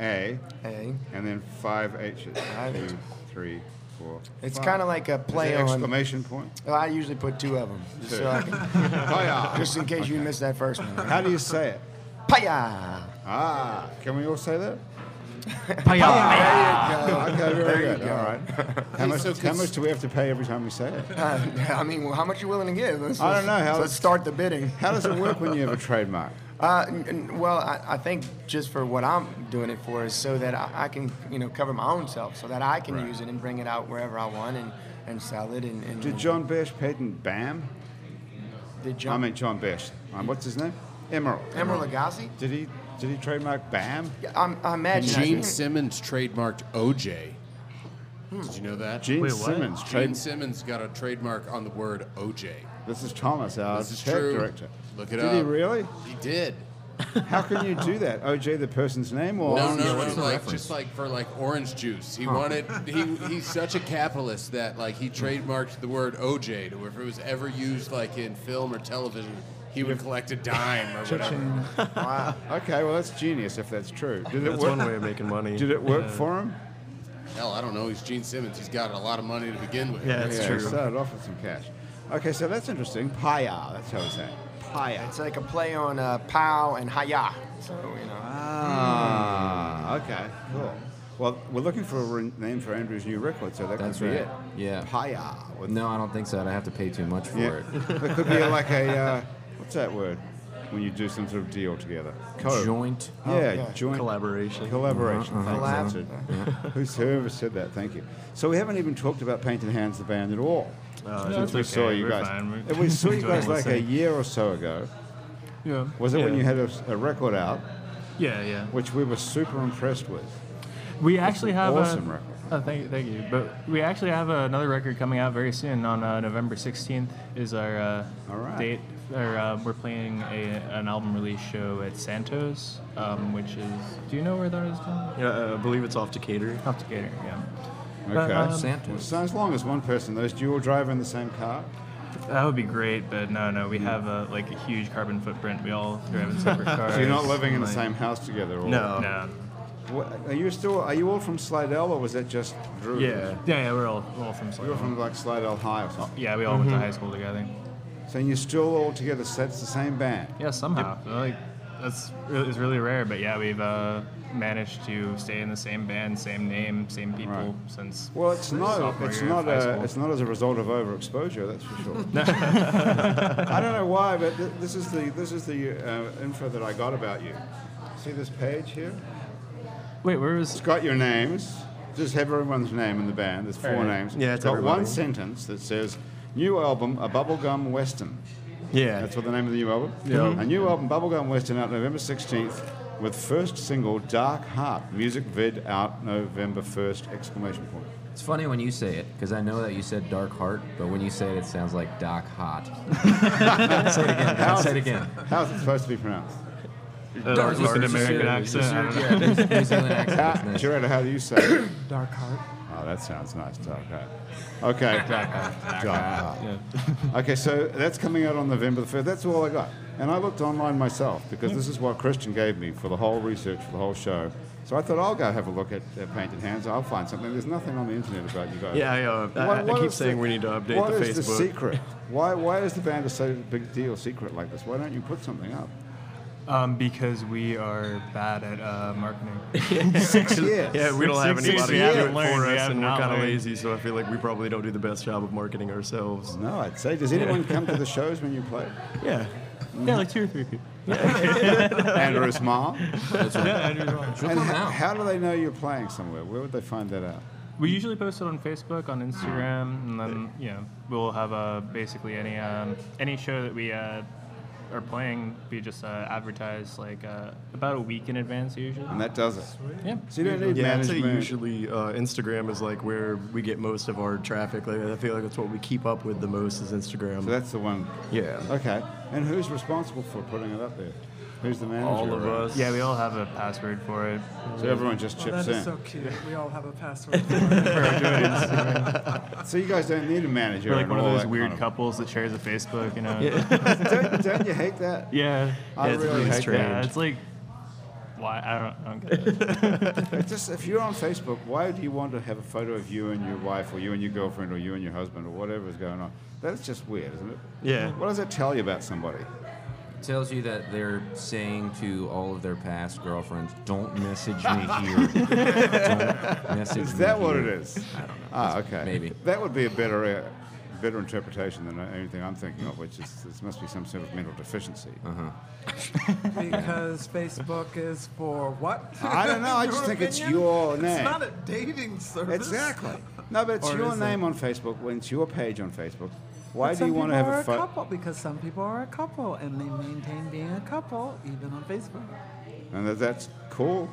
S1: A
S4: A.
S1: and then five H's.
S4: Five
S1: Two,
S4: H's.
S1: three, four.
S4: It's
S1: five.
S4: kind of like a
S1: Is
S4: play
S1: there
S4: on.
S1: exclamation [LAUGHS] point.
S4: Well, I usually put two of them,
S1: Two.
S4: so I can,
S1: Hiya.
S4: just in case you missed that first
S1: [LAUGHS]
S4: one.
S1: How do you say it?
S4: Paya.
S1: Ah, can we all say that?
S5: Paya.
S1: Oh, Okay, very
S4: you
S1: good.
S4: go.
S1: All right. How much, how much do we have to pay every time we say it?
S4: Uh, [LAUGHS] I mean, well, how much you willing to give? Let's,
S1: I don't know how-
S4: Let's start the bidding.
S1: How does it work when you have a trademark?
S4: Uh, n- n- well, I, I think just for what I'm doing it for is so that I, I can, you know, cover my own self, so that I can
S1: Right.
S4: use it and bring it out wherever I want and, and sell it and. and
S1: Did John Besh patent BAM?
S4: Did
S1: I
S4: John?
S1: mean John Besh. Um, what's his name? Emerald.
S4: Emerald Lagasse?
S1: Did he did he trademark BAM?
S4: Yeah, I'm, I
S7: And
S4: imagine.
S7: Gene Simmons trademarked OJ. Did you know that?
S1: Gene
S5: Wait, what?
S1: Simmons.
S7: Gene
S1: Trade,
S7: Simmons got a trademark on the word OJ.
S1: this is Thomas, our
S7: This is
S1: Uh, tech
S7: true.
S1: director.
S7: Look it
S1: did
S7: up.
S1: he really?
S7: He did.
S1: How can you do that? OJ, the person's name, or
S7: No, no,
S3: what's
S7: no,
S3: the
S7: like
S3: reference?
S7: just like for like orange juice. He wanted he
S1: [LAUGHS]
S7: he's such a capitalist that like he trademarked the word OJ to where if it was ever used like in film or television, he would collect a dime
S1: [LAUGHS]
S7: or whatever.
S4: wow.
S1: Okay, well that's genius if that's true. Did it
S8: That's
S1: work?
S8: one way of making money.
S1: Did it work
S8: Yeah.
S1: for him?
S7: Hell, I don't know. He's Gene Simmons. He's got a lot of money to begin with.
S8: Yeah, that's
S1: yeah, he
S8: true.
S1: started off with some cash. Okay, so that's interesting. Paya, that's how we say. it. Paya.
S4: It's like a play on uh, Pow and Haya. So, you know.
S1: Ah, okay, cool. Well, we're looking for a re- name for Andrew's new record, so that
S3: That's
S1: could be
S3: right.
S1: it.
S3: Yeah.
S1: Paya. with-
S3: No, I don't think so. I'd have to pay too much for
S1: Yeah. [LAUGHS]
S3: it.
S1: It could be like a uh, what's that word when you do some sort of deal together? Co.
S3: Joint.
S1: Yeah,
S4: yeah.
S1: joint
S8: Collaboration.
S1: Collaboration. Thanks,
S4: Collab.
S1: that's it. [LAUGHS] Who's whoever said that? Thank you. So we haven't even talked about Painted Hands, the band, at all.
S8: Uh,
S1: Since
S8: it's
S1: we
S8: okay,
S1: saw you
S8: we're
S1: guys,
S8: fine, we're
S1: If we saw you
S8: enjoying
S1: guys like a
S8: listening.
S1: year or so ago.
S5: Yeah.
S1: Was it when
S8: Yeah.
S1: you had a, s- a record out,
S5: Yeah, yeah.
S1: which we were super impressed with?
S5: We actually have
S1: awesome
S5: a,
S1: record.
S5: Oh, thank, thank you. But we actually have another record coming out very soon on uh, November 16th is our uh,
S1: All right.
S5: date. Or, uh, we're playing a, an album release show at Santos, um, which is. Do you know where that is? Tom?
S8: Yeah, uh, I believe it's off Decatur.
S5: Off Decatur, yeah.
S1: Okay.
S5: um,
S1: Well,
S3: Santos.
S1: so as long as one person knows, do you all drive in the same car?
S5: That would be great, but no, no. We have a, like a huge carbon footprint. We all drive in [LAUGHS] separate cars.
S1: So you're not living in the
S5: like-
S1: same house together? Or
S8: No.
S5: No.
S1: Wha- Are you still? Are you all from Slidell, or was that just Drew?
S8: Yeah.
S5: Yeah, yeah, we're all, we're all from Mm-hmm.
S1: You're
S5: Slidell.
S1: from like Slidell High or something.
S5: Yeah, we all went to high school together.
S1: So you're still all together. So that's the same band.
S5: Yeah, somehow. So, like that's really, it's really rare, but yeah, we've uh, managed to stay in the same band, same name, same people
S1: Right.
S5: since.
S1: Well, it's not.
S5: sophomore
S1: It's
S5: year of
S1: not.
S5: high
S1: A,
S5: school.
S1: it's not as a result of overexposure. That's for sure.
S5: [LAUGHS]
S1: I don't know why, but th- this is the this is the uh, info that I got about you. See this page here?
S5: Wait, where was?
S1: It's got your names. Just have everyone's name in the band. There's four
S5: Alright.
S1: names.
S8: Yeah, it's
S1: got one
S8: everybody.
S1: sentence that says, "New album, a bubblegum western."
S8: Yeah.
S1: That's what the name of the new album.
S5: Mm-hmm.
S1: A new album, Bubblegum Western, out November 16th, with first single Dark Heart. Music vid out November 1st! Exclamation point.
S3: It's funny when you say it because I know that you said dark heart, but when you say it, it sounds like Doc
S2: [LAUGHS]
S3: Hot. say it again. God, say it again.
S1: How's it supposed to be pronounced?
S5: Uh,
S3: Dark
S5: with an
S3: Horse.
S5: American accent. I don't know.
S3: Yeah, New New Zealand accent.
S1: Ah,
S3: It's nice.
S1: Gerardo, how do you say it?
S2: [COUGHS] Dark heart.
S1: Oh, that sounds nice, Dark Heart.
S8: [LAUGHS]
S1: Okay, Dark Heart. Dark Heart. [LAUGHS] okay, so that's coming out on November the 1st. That's all I got. And I looked online myself
S2: Hmm.
S1: because this is what Christian gave me for the whole research, for the whole show. So I thought I'll go have a look at uh, Painted Hands. I'll find something. There's nothing on the internet about you guys.
S8: Yeah, I, uh, I-
S1: What-
S8: I
S1: what
S8: keep
S1: is
S8: saying
S1: the-
S8: we need to update
S1: what
S8: the
S1: is
S8: Facebook.
S1: secret? Why, why is the band a so big deal secret like this? Why don't you put something up?
S5: Um, because we are bad at uh, marketing.
S1: Six years.
S8: [LAUGHS] Yeah, we don't have
S5: Six years,
S8: anybody
S5: we
S8: to do
S5: haven't
S8: it
S5: learned,
S8: for
S5: we
S8: us,
S5: have
S8: and we're
S5: not
S8: kind of
S5: learned.
S8: lazy, so I feel like we probably don't do the best job of marketing ourselves.
S1: No, I'd say. Does anyone come to the shows when you play?
S8: Yeah.
S5: [LAUGHS] yeah, like two or three people.
S1: Andrew's mom.
S3: She'll
S1: And
S3: come
S1: how,
S3: out.
S1: how do they know you're playing somewhere? Where would they find that out?
S5: We usually post it on Facebook, on Instagram, and then you know we'll have uh, basically any um, any show that we uh, are playing. We just uh, advertise like uh, about a week in advance usually.
S1: And that does it.
S5: Yeah.
S1: So you don't need
S8: Yeah, I'd say
S1: management.
S8: usually uh, Instagram is like where we get most of our traffic. Like I feel like that's what we keep up with the most is Instagram.
S1: So that's the one.
S8: yeah.
S1: Okay. And who's responsible for putting it up there? Who's the manager?
S8: All of
S1: around?
S8: us.
S5: Yeah, we all have a password for it.
S1: So everyone just
S2: Oh,
S1: chips
S2: that is
S1: in.
S2: so cute. We all have a
S8: [LAUGHS]
S2: password. for it.
S1: So you guys don't need a manager.
S5: We're like
S1: and
S5: one of
S1: all
S5: those
S1: that
S5: weird
S1: kind
S5: couples that shares a Facebook, you know?
S1: Don't, don't you hate that?
S5: [LAUGHS] Yeah.
S1: I
S5: it's
S1: really
S5: like-
S1: hate that.
S5: Yeah, it's like, why? I don't, I don't get it.
S1: It's just if you're on Facebook, why do you want to have a photo of you and your wife, or you and your girlfriend, or you and your husband, or whatever is going on? That's just weird, isn't it?
S8: Yeah.
S1: What does it tell you about somebody?
S3: tells you that they're saying to all of their past girlfriends, "Don't message [LAUGHS] me here. Don't message
S1: Is
S3: me
S1: that what it
S3: here."
S1: is? I don't know. Ah, okay.
S3: Maybe.
S1: That would be a better, uh, better interpretation than anything I'm thinking of, which is this must be some sort of mental deficiency.
S2: because Facebook is for what?
S1: I don't know.
S2: [LAUGHS]
S1: I just think it's your name.
S2: It's not a dating service.
S1: Exactly. No, but it's
S2: Or
S1: your
S2: is
S1: name on Facebook. When it's your page on Facebook, why
S2: But
S1: do you
S2: some
S1: want to
S2: people
S1: have
S2: are
S1: a photo?
S2: couple? Because some people are a couple and they maintain being a couple even on Facebook.
S1: And that, that's cool.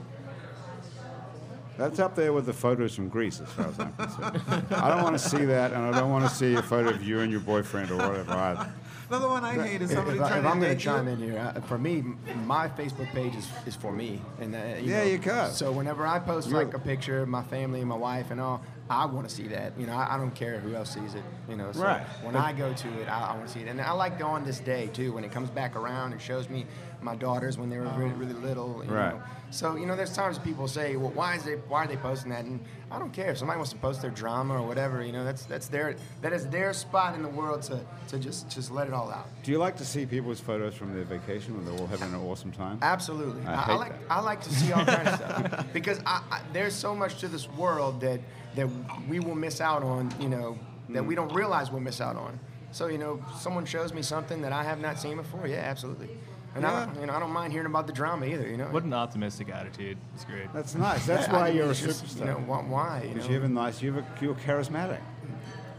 S1: That's up there with the photos from Greece, as far as I'm concerned. I don't want to see that, and I don't want to see a photo of you and your boyfriend or whatever either.
S2: Another one I hate is
S4: If,
S2: somebody
S4: if I-
S2: trying
S4: if
S2: to
S4: I'm going
S2: date
S4: to chime
S2: you.
S4: in here, I, for me, m- my Facebook page is, is for me, and that, you
S1: Yeah,
S4: know,
S1: you go.
S4: So whenever I post
S1: You-
S4: like a picture of my family, and my wife, and all, I want to see that. You know, I, I don't care who else sees it. You know, so
S1: Right.
S4: when I go to it, I, I want to see it, and I like on this day too when it comes back around and shows me my daughters when they were really, really little. You
S1: Right.
S4: Know. So you know, there's times people say, "Well, why is they why are they posting that?" And I don't care if somebody wants to post their drama or whatever. You know, that's that's their that is their spot in the world to to just just let it all out.
S1: Do you like to see people's photos from their vacation when they're all having an awesome time?
S4: Absolutely.
S1: I
S4: I, I,
S1: hate
S4: like
S1: that.
S4: I like to see all
S1: [LAUGHS]
S4: kinds of stuff because I, I, there's so much to this world that that we will miss out on. You know that
S1: Mm.
S4: we don't realize we'll miss out on. So you know, someone shows me something that I have not seen before. Yeah, absolutely. And I don't, you know, I don't mind hearing about the drama either. You know.
S5: What an optimistic attitude. It's great.
S1: That's nice. That's
S4: I- I
S1: why
S4: mean,
S1: you're a
S4: it's just,
S1: superstar.
S4: You know why? why you
S1: Because
S4: know,
S1: you have a nice, you have a, you're charismatic.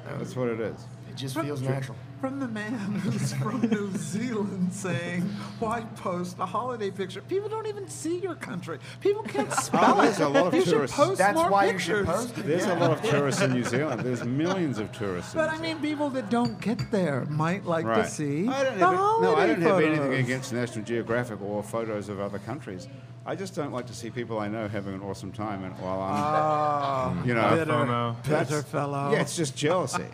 S2: Oh.
S1: That's what it is.
S4: it just feels natural.
S2: From the man who's from New Zealand saying, why post a holiday picture? People don't even see your country. People
S4: [LAUGHS]
S2: can't
S4: Oh,
S2: spell
S1: there's
S2: it.
S1: a lot of
S2: you should
S1: tourists.
S2: post
S4: That's
S2: more
S4: why
S2: pictures.
S4: you should post it.
S1: There's a lot of tourists in New Zealand. There's millions of tourists. in
S2: But I
S1: New Zealand.
S2: mean, people that don't get there might like
S1: right.
S2: to see
S1: I don't
S2: the
S1: have, it- no, I
S2: holiday
S1: don't have anything
S2: photos.
S1: against National Geographic or photos of other countries. I just don't like to see people I know having an awesome time, and while I'm, you know,
S2: bitter,
S5: FOMO.
S2: bitter
S1: Uh, that's-
S2: Ah, fellow.
S1: Yeah, it's just jealousy.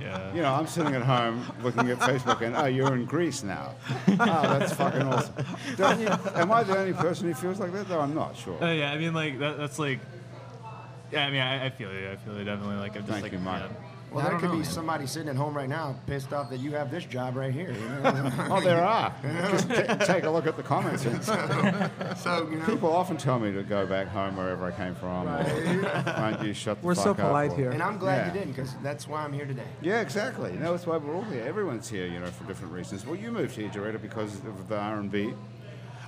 S5: Yeah.
S1: you know, I'm sitting at home looking at Facebook, and oh, you're in
S2: [LAUGHS]
S1: Greece now. Oh, that's fucking awesome. Don't you, am I the only person who feels like that? Though I'm not sure.
S5: Oh yeah, I mean like that, that's like. Yeah, I mean I, I feel you. I feel you definitely. Like I'm just
S1: Thank
S5: like
S1: you, Mark.
S5: yeah.
S4: Well,
S3: I
S4: there
S3: don't
S4: could
S3: know,
S4: be
S3: man.
S4: somebody sitting at home right now pissed off that you have this job right here. You
S1: [LAUGHS]
S4: know? [LAUGHS]
S1: Oh, there are. Just ta take a look at the comments.
S4: so you know,
S1: People often tell me to go back home wherever I came from. Or, Aren't you shut the
S2: We're
S1: fuck
S2: so
S1: up,"
S2: polite
S1: or-
S2: here.
S4: and I'm glad you
S1: Yeah.
S4: didn't because that's why I'm here today.
S1: Yeah, exactly. No, that's why we're all here. Everyone's here, you know, for different reasons. Well, you moved here, Doretta, because of the R&B.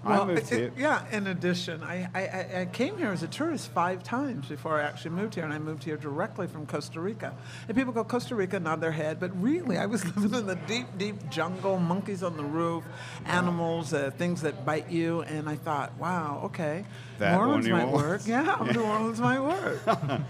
S1: I
S2: Well, it-
S1: moved
S2: it-
S1: here.
S2: [LAUGHS] yeah, in addition, I, I, I- I came here as a tourist five times before I actually moved here, and I moved here directly from Costa Rica. And people go, Costa Rica, nod their head, but really, I was [LAUGHS] living in the deep, deep jungle, monkeys on the roof, animals, uh, things that bite you, and I thought, wow, okay,
S1: That
S2: New
S1: or
S2: Orleans
S1: New
S2: might work.
S1: Orleans.
S2: Yeah, [LAUGHS] New Orleans might work.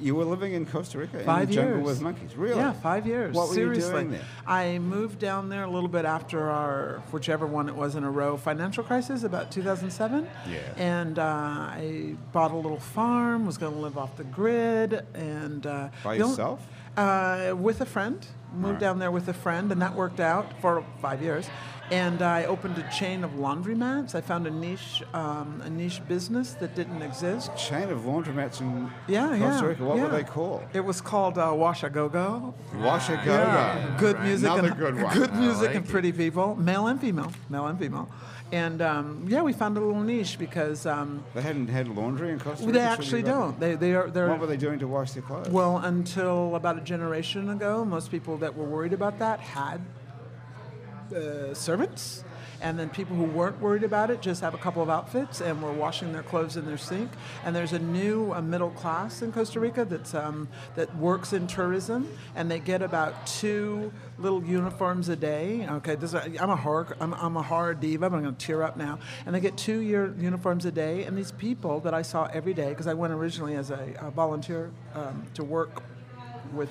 S1: You were living in Costa Rica
S2: Five
S1: in the jungle
S2: years.
S1: with monkeys. Really?
S2: Yeah, five years.
S1: What were
S2: Seriously.
S1: you doing there?
S2: I moved down there a little bit after our whichever one it was in a row financial crisis, about 2007.
S1: Yeah.
S2: And uh, I bought a little farm, was going to live off the grid, and uh,
S1: By
S2: the only-
S1: yourself?
S2: uh, with a friend. Moved down there with a friend, and that worked out for five years. And I opened a chain of laundromats. I found a niche, um, a niche business that didn't exist.
S1: Chain of laundromats in
S2: Yeah,
S1: Costa
S2: yeah.
S1: Rica. What
S2: yeah.
S1: were they called?
S2: It was called uh, Washa Go Go.
S1: Wash a go
S2: Yeah, good music.
S1: Another
S2: and, [LAUGHS]
S1: good one.
S2: Good
S1: I
S2: music
S3: like
S2: and
S3: it.
S2: pretty people, male and female, male and female. And um, yeah, we found a little niche because um,
S1: They hadn't had laundry in Costa
S2: well, they
S1: Rica? till you
S2: actually
S1: got-
S2: don't. They they are they're
S1: What were they doing to wash their clothes?
S2: well until about a generation ago. Most people that were worried about that had uh, servants. And then people who weren't worried about it just have a couple of outfits and were washing their clothes in their sink. And there's a new uh middle class in Costa Rica that's, um, that works in tourism, and they get about two little uniforms a day. Okay, this I'm a horror I'm, I'm a horror diva, but I'm going to tear up now. And they get two year uniforms a day. And these people that I saw every day, because I went originally as a, uh volunteer um, to work with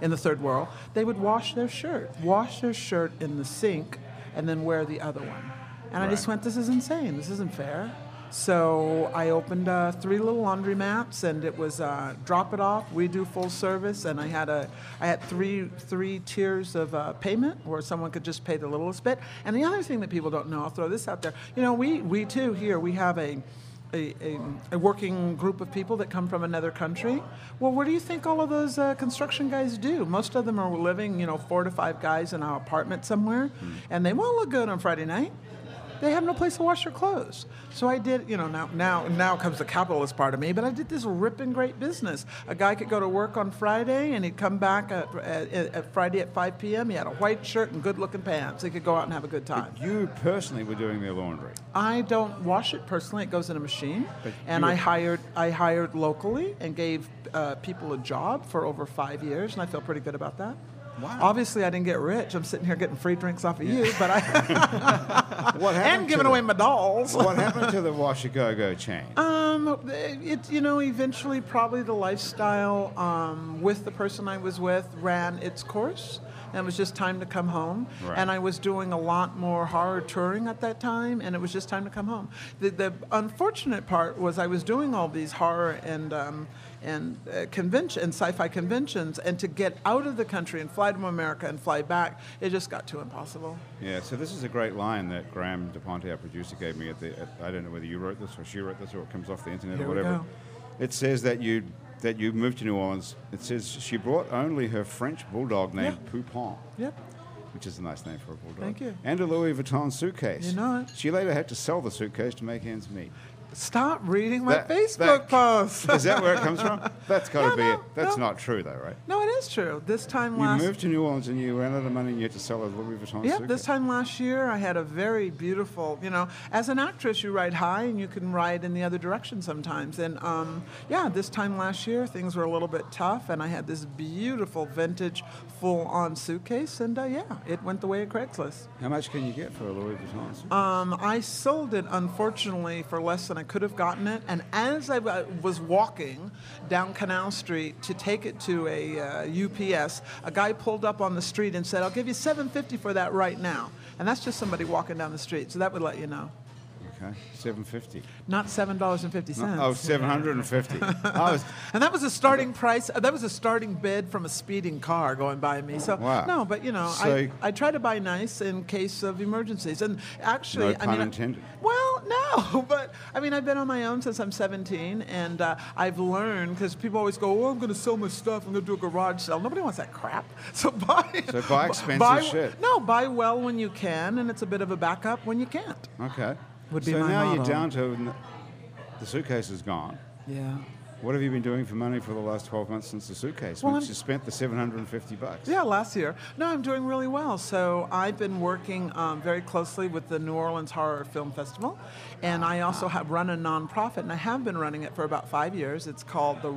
S2: in the third world, they would wash their shirt, wash their shirt in the sink, and then wear the other one. And I just
S1: Right.
S2: went, this is insane. This isn't fair. So I opened uh, three little laundromats, and it was uh, drop it off. We do full service, and I had a I had three three tiers of uh, payment where someone could just pay the littlest bit. And the other thing that people don't know, I'll throw this out there. You know, we we too here we have a a, a, a working group of people that come from another country. Well, what do you think all of those uh, construction guys do? Most of them are living, you know, four to five guys in an apartment somewhere, and they won't look good on Friday night. They have no place to wash their clothes. So I did, you know, now now now comes the capitalist part of me, but I did this ripping great business. A guy could go to work on Friday and he'd come back at, at, at Friday at 5 p.m. He had a white shirt and good looking pants. He could go out and have a good time.
S1: You personally were doing their laundry.
S2: [LAUGHS] I don't wash it personally. It goes in a machine,
S1: But
S2: and
S1: you-
S2: I hired I hired locally and gave uh, people a job for over five years, and I feel pretty good about that.
S1: Wow.
S2: Obviously, I didn't get rich. I'm sitting here getting free drinks off of you, but
S1: [LAUGHS]
S2: I
S1: What
S2: [LAUGHS]
S1: happened?
S2: and
S1: to
S2: giving
S1: the-
S2: away my dolls.
S1: What happened to the Washigogo chain?
S2: Um, it you know eventually probably the lifestyle um, with the person I was with ran its course, and it was just time to come home.
S1: Right.
S2: And I was doing a lot more horror touring at that time, and it was just time to come home. The, the unfortunate part was I was doing all these horror and um, and uh, convention and sci-fi conventions, and to get out of the country and fly to America and fly back, it just got too impossible.
S1: Yeah, so this is a great line that Graham DePonte, our producer, gave me at the. At, I don't know whether you wrote this or she wrote this or it comes off the internet
S2: Here
S1: or
S2: we
S1: whatever.
S2: go.
S1: It says that you that you moved to New Orleans. It says she brought only her French bulldog named
S2: Yeah.
S1: Poupon,
S2: Yep.
S1: which is a nice name for a bulldog.
S2: Thank you.
S1: And a Louis Vuitton suitcase.
S2: You know it.
S1: She later had to sell the suitcase to make ends meet.
S2: Stop reading my
S1: That- that-
S2: Facebook
S1: [LAUGHS]
S2: posts.
S1: Is that where it comes from? That's got to
S2: No,
S1: be
S2: no,
S1: it. That's
S2: no.
S1: not true, though, right?
S2: [LAUGHS] No, it is true. This time
S1: You
S2: last
S1: moved to New Orleans and you ran out of money and you had to sell a Louis Vuitton
S2: yeah,
S1: suitcase.
S2: this time last year I had a very beautiful, you know, as an actress you ride high and you can ride in the other direction sometimes. And um, yeah, this time last year things were a little bit tough and I had this beautiful vintage full-on suitcase and uh, yeah, it went the way of Craigslist.
S1: How much can you get for a Louis Vuitton suitcase?
S2: Um, I sold it, unfortunately, for less than I could have gotten it. And as I wa- was walking down Canal Street to take it to a uh, UPS, a guy pulled up on the street and said, "I'll give you 750 for that right now." And that's just somebody walking down the street, so that would let you know.
S1: Okay, seven fifty.
S2: Not seven dollars and fifty cents. [LAUGHS]
S1: Oh, 750. I was,
S2: And that was a starting price. uh, That was a starting bid from a speeding car going by me. So
S1: Wow.
S2: no, but you know,
S1: So-
S2: I, I try to buy nice in case of emergencies. And actually,
S1: No
S2: I
S1: pun
S2: mean, I-
S1: intended.
S2: well, no, [LAUGHS] but I mean, I've been on my own since I'm 17, and uh, I've learned because people always go, "Oh, I'm going to sell my stuff. I'm going to do a garage sale." Nobody wants that crap. [LAUGHS] So buy.
S1: So
S2: [LAUGHS]
S1: buy expensive
S2: buy-
S1: shit.
S2: No, buy well when you can, and it's a bit of a backup when you can't.
S1: okay.
S2: Would be
S1: so
S2: my
S1: now you're
S2: motto.
S1: down to n- the suitcase is gone.
S2: Yeah.
S1: What have you been doing for money for the last 12 months since the suitcase?
S2: Well,
S1: Well,
S2: I'm-
S1: you spent the 750 bucks.
S2: Yeah, last year. No, I'm doing really well. So I've been working um, very closely with the New Orleans Horror Film Festival, and I also have run a nonprofit, and I have been running it for about five years. It's called the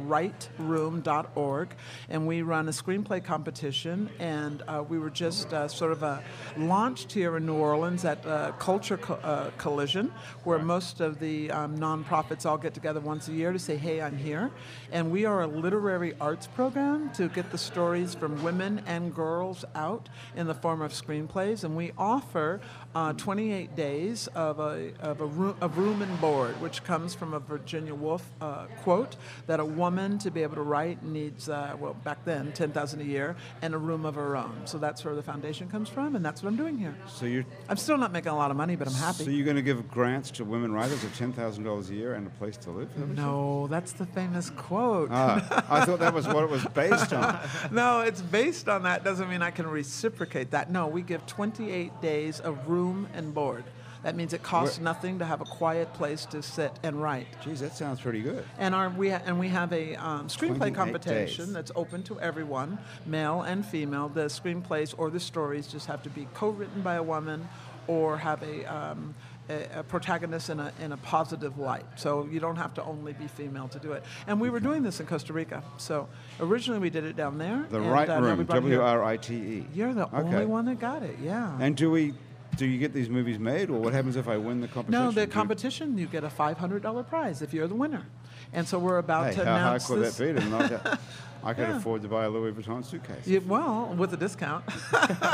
S2: RightRoom.org, and we run a screenplay competition, and uh, we were just uh, sort of uh, launched here in New Orleans at uh, Culture Co- uh, Collision, where most of the um, nonprofits all get together once a year to say, "Hey, I'm here," and we are a literary arts program to get the stories from women and girls out in the form of screenplays, and we offer uh, 28 days of a of a room, of room and board, which comes from a Virginia Woolf uh, quote that a woman to be able to write needs uh, well back then 10,000 a year and a room of her own. So that's where the foundation comes from, and that's what I'm doing here.
S1: So you're,
S2: I'm still not making a lot of money, but I'm happy.
S1: so you're going to give grants to women writers of $10,000 a year and a place to live?
S2: Mm. no, that's the famous quote.
S1: Ah, I thought that was
S2: [LAUGHS]
S1: what it was based on.
S2: no, it's based on that. Doesn't mean I can reciprocate that. No, we give 28 days of room and board. That means it costs
S1: Where-
S2: nothing to have a quiet place to sit and write.
S1: Geez, that sounds pretty good.
S2: And our, we ha- and we have a um,
S1: 28
S2: screenplay
S1: days.
S2: competition that's open to everyone, male and female. The screenplays or the stories just have to be co-written by a woman, or have a um, a, a protagonist in a in a positive light. So you don't have to only be female to do it. And we were doing this in Costa Rica. So originally we did it down there.
S1: The
S2: and,
S1: Right
S2: uh, now we
S1: Room,
S2: brought it here.
S1: W R I T E.
S2: You're the
S1: Okay.
S2: only one that got it. Yeah.
S1: And do we, do you get these movies made or what happens if I win the competition?
S2: No, the
S1: Do-
S2: competition, you get a $500 prize if you're the winner. And so we're about
S1: Hey,
S2: to
S1: how hard
S2: announce
S1: could
S2: this.
S1: that be to knock out? I could
S2: [LAUGHS] Yeah.
S1: afford to buy a Louis Vuitton suitcase
S2: Yeah, well, with a discount. [LAUGHS]
S1: if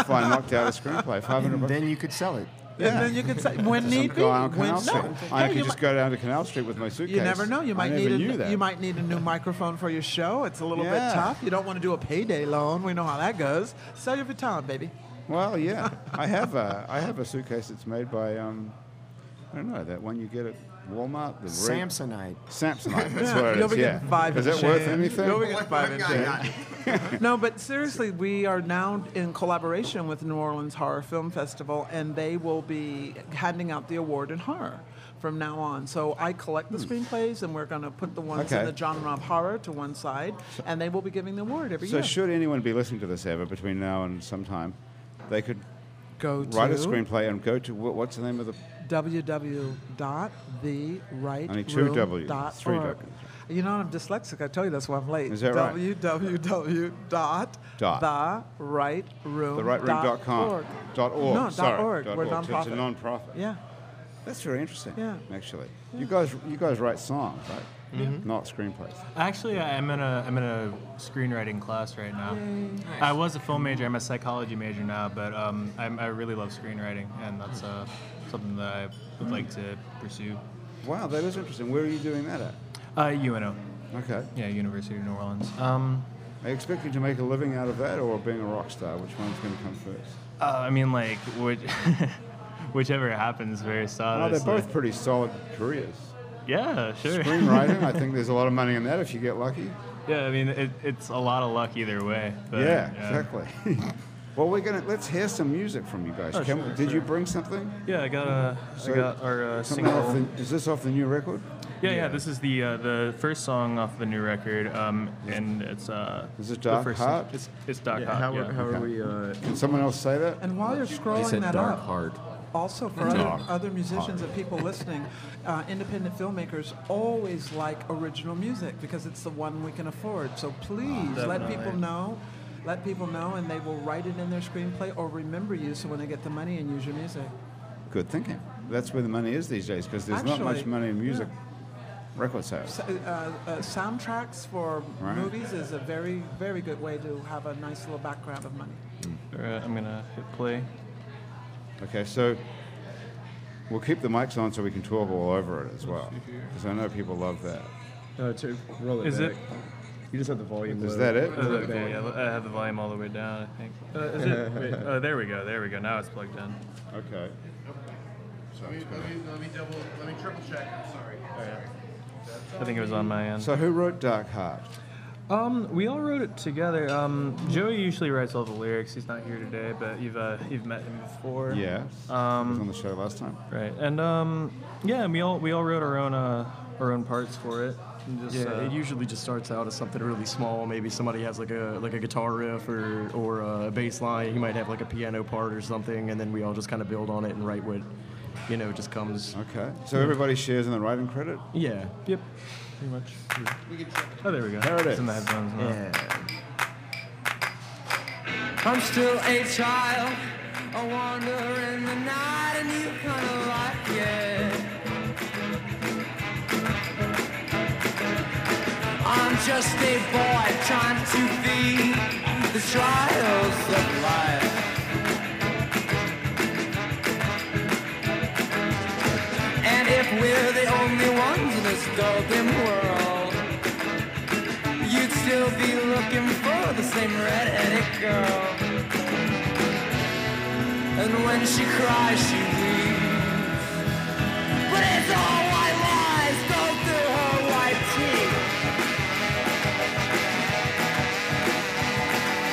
S1: I knocked out a screenplay, five hundred
S4: And
S1: bucks.
S4: then you could sell it.
S2: and then you can say when
S1: Some
S2: need be.
S1: guy on
S2: When
S1: Canal Street.
S2: no,
S1: I
S2: Hey,
S1: could
S2: you
S1: just
S2: might-
S1: go down to Canal Street with my suitcase.
S2: You never know. You
S1: I
S2: might
S1: never
S2: need a,
S1: knew that.
S2: you might need a new microphone for your show. It's a little
S1: Yeah.
S2: bit tough. You don't want to do a payday loan. We know how that goes. Sell your baton, baby.
S1: Well,
S2: [LAUGHS]
S1: yeah, I have a I have a suitcase that's made by um, I don't know that one you get at Walmart. The red-
S4: Samsonite.
S1: Samsonite.
S2: [LAUGHS]
S1: That's
S2: Yeah,
S1: what it
S2: you'll
S1: is.
S2: be
S1: Yeah.
S2: getting five
S1: is
S2: and
S1: it worth
S2: change.
S1: anything?
S2: You'll be getting five and change.
S1: Yeah.
S2: no, but seriously, we are now in collaboration with New Orleans Horror Film Festival, and they will be handing out the award in horror from now on. So I collect the screenplays, and we're going to put the ones
S1: Okay.
S2: in the genre of horror to one side, and they will be giving the award every
S1: So
S2: year.
S1: should anyone be listening to this ever between now and sometime, they could
S2: Go to
S1: write a screenplay and go to wh- what's the name of the I need two W's, three
S2: www.therightroom.org.
S1: W's.
S2: You know, I'm dyslexic. I tell you that's why I'm late.
S1: Is that right? therightroom.com
S2: www.therightroom.org.
S1: dot org.
S2: No,
S1: Sorry,
S2: dot org.
S1: dot
S2: We're
S1: org. So
S2: nonprofit.
S1: It's a non-profit.
S2: Yeah.
S1: That's very interesting.
S2: Yeah. Mm-hmm.
S1: Actually, you guys you guys write songs, right? Not screenplays.
S5: Actually, I'm in a I'm in a screenwriting class right now. I was a film major. I'm a psychology major now, but um, I'm, I really love screenwriting, and that's uh, something that I would like to pursue.
S1: Wow, that is interesting. Where are you doing that at?
S5: Uh, UNO,
S1: Okay.
S5: yeah, University of New Orleans. Um,
S1: Are you expecting to make a living out of that or being a rock star? Which one's going to come first?
S5: uh, I mean, like which, [LAUGHS] whichever happens first.
S1: Oh, they're
S5: Obviously.
S1: both pretty solid
S5: [LAUGHS]
S1: careers.
S5: Yeah, sure.
S1: Screenwriting, I think there's a lot of money in that if you get lucky.
S5: Yeah, I mean, it, it's a lot of luck either way. But,
S1: yeah, exactly. [LAUGHS] well, we're going to let's hear some music from you guys.
S5: Oh,
S1: Can-
S5: sure,
S1: did
S5: sure.
S1: you bring something?
S5: Yeah, I got a, I
S1: So,
S5: got our uh,
S1: Something off
S5: single.
S1: the- is this off the new record?
S5: Yeah, yeah. This is the uh, the first song off the new record, um, and it's uh.
S1: Is it
S5: the
S1: Dark
S5: first-
S1: Heart?
S5: It's it's Dark
S8: Yeah,
S5: Heart.
S8: how,
S5: yeah.
S8: are- how
S1: Okay.
S8: are we? Uh,
S1: Can someone else say that?
S2: And while you're
S3: They
S2: scrolling
S3: said
S2: that
S3: dark
S2: up,
S3: heart.
S2: also for
S1: Dark
S2: other, other musicians and people listening, uh, independent filmmakers always like original music because it's the one we can afford. So please let people know. Let people know, and they will write it in their screenplay or remember you so when they get the money and use your music.
S1: Good thinking. That's where the money is these days because there's not much
S2: Actually,
S1: money in music record
S2: S-
S1: sales.
S2: uh, uh, soundtracks for
S1: Right.
S2: movies is a very, very good way to have a nice little background of money.
S5: Alright, I'm gonna hit play.
S1: Okay, so we'll keep the mics on so we can talk all over it as well. Because I know people love that.
S8: no, to roll it
S5: Is
S8: back.
S5: it-
S8: You just have the volume.
S1: Is
S8: low.
S1: that it?
S5: Oh, okay, yeah, I have the volume all the way down. I think. Uh,
S8: [LAUGHS]
S5: is it? Wait, oh, there we go. There we go. Now it's plugged in.
S1: Okay.
S7: Let me, let me, let me double, let me triple check. I'm sorry.
S5: I think it was on my end.
S1: So who wrote Dark Heart?
S5: Um, we all wrote it together. Um, Joey usually writes all the lyrics. He's not here today, but you've uh, you've met him before.
S1: Yeah. Um, was on the show last time.
S5: Right, and um, yeah, and we all we all wrote our own uh, our own parts for it. And just,
S8: Yeah,
S5: uh,
S8: it usually just starts out as something really small. Maybe somebody has like a like a guitar riff or or a bass line. He might have like a piano part or something, and then we all just kind of build on it and write what, you know, just comes.
S1: Okay. So everybody shares in the writing credit?
S8: Yeah.
S5: yep, pretty much. Oh, there we go.
S1: There it
S5: It's in the
S1: is.
S5: headphones now.
S8: Yeah.
S9: I'm still a child, a wanderer in the night, a new kind of life, yeah. I'm just a boy trying to feed the trials of life. And if we're the only ones in this golden world, You'd still be looking for the same red-headed girl. And when she cries, she weeps. But it's all white lies, go through her white teeth. I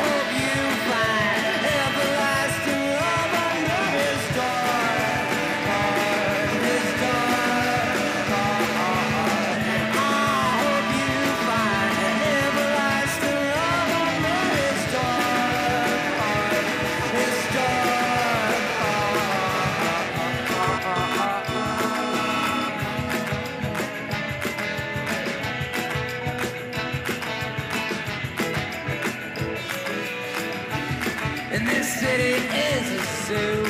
S9: hope you find everlasting love under his door. His door. I hope you find everlasting love under his door. His door. And this city is a zoo.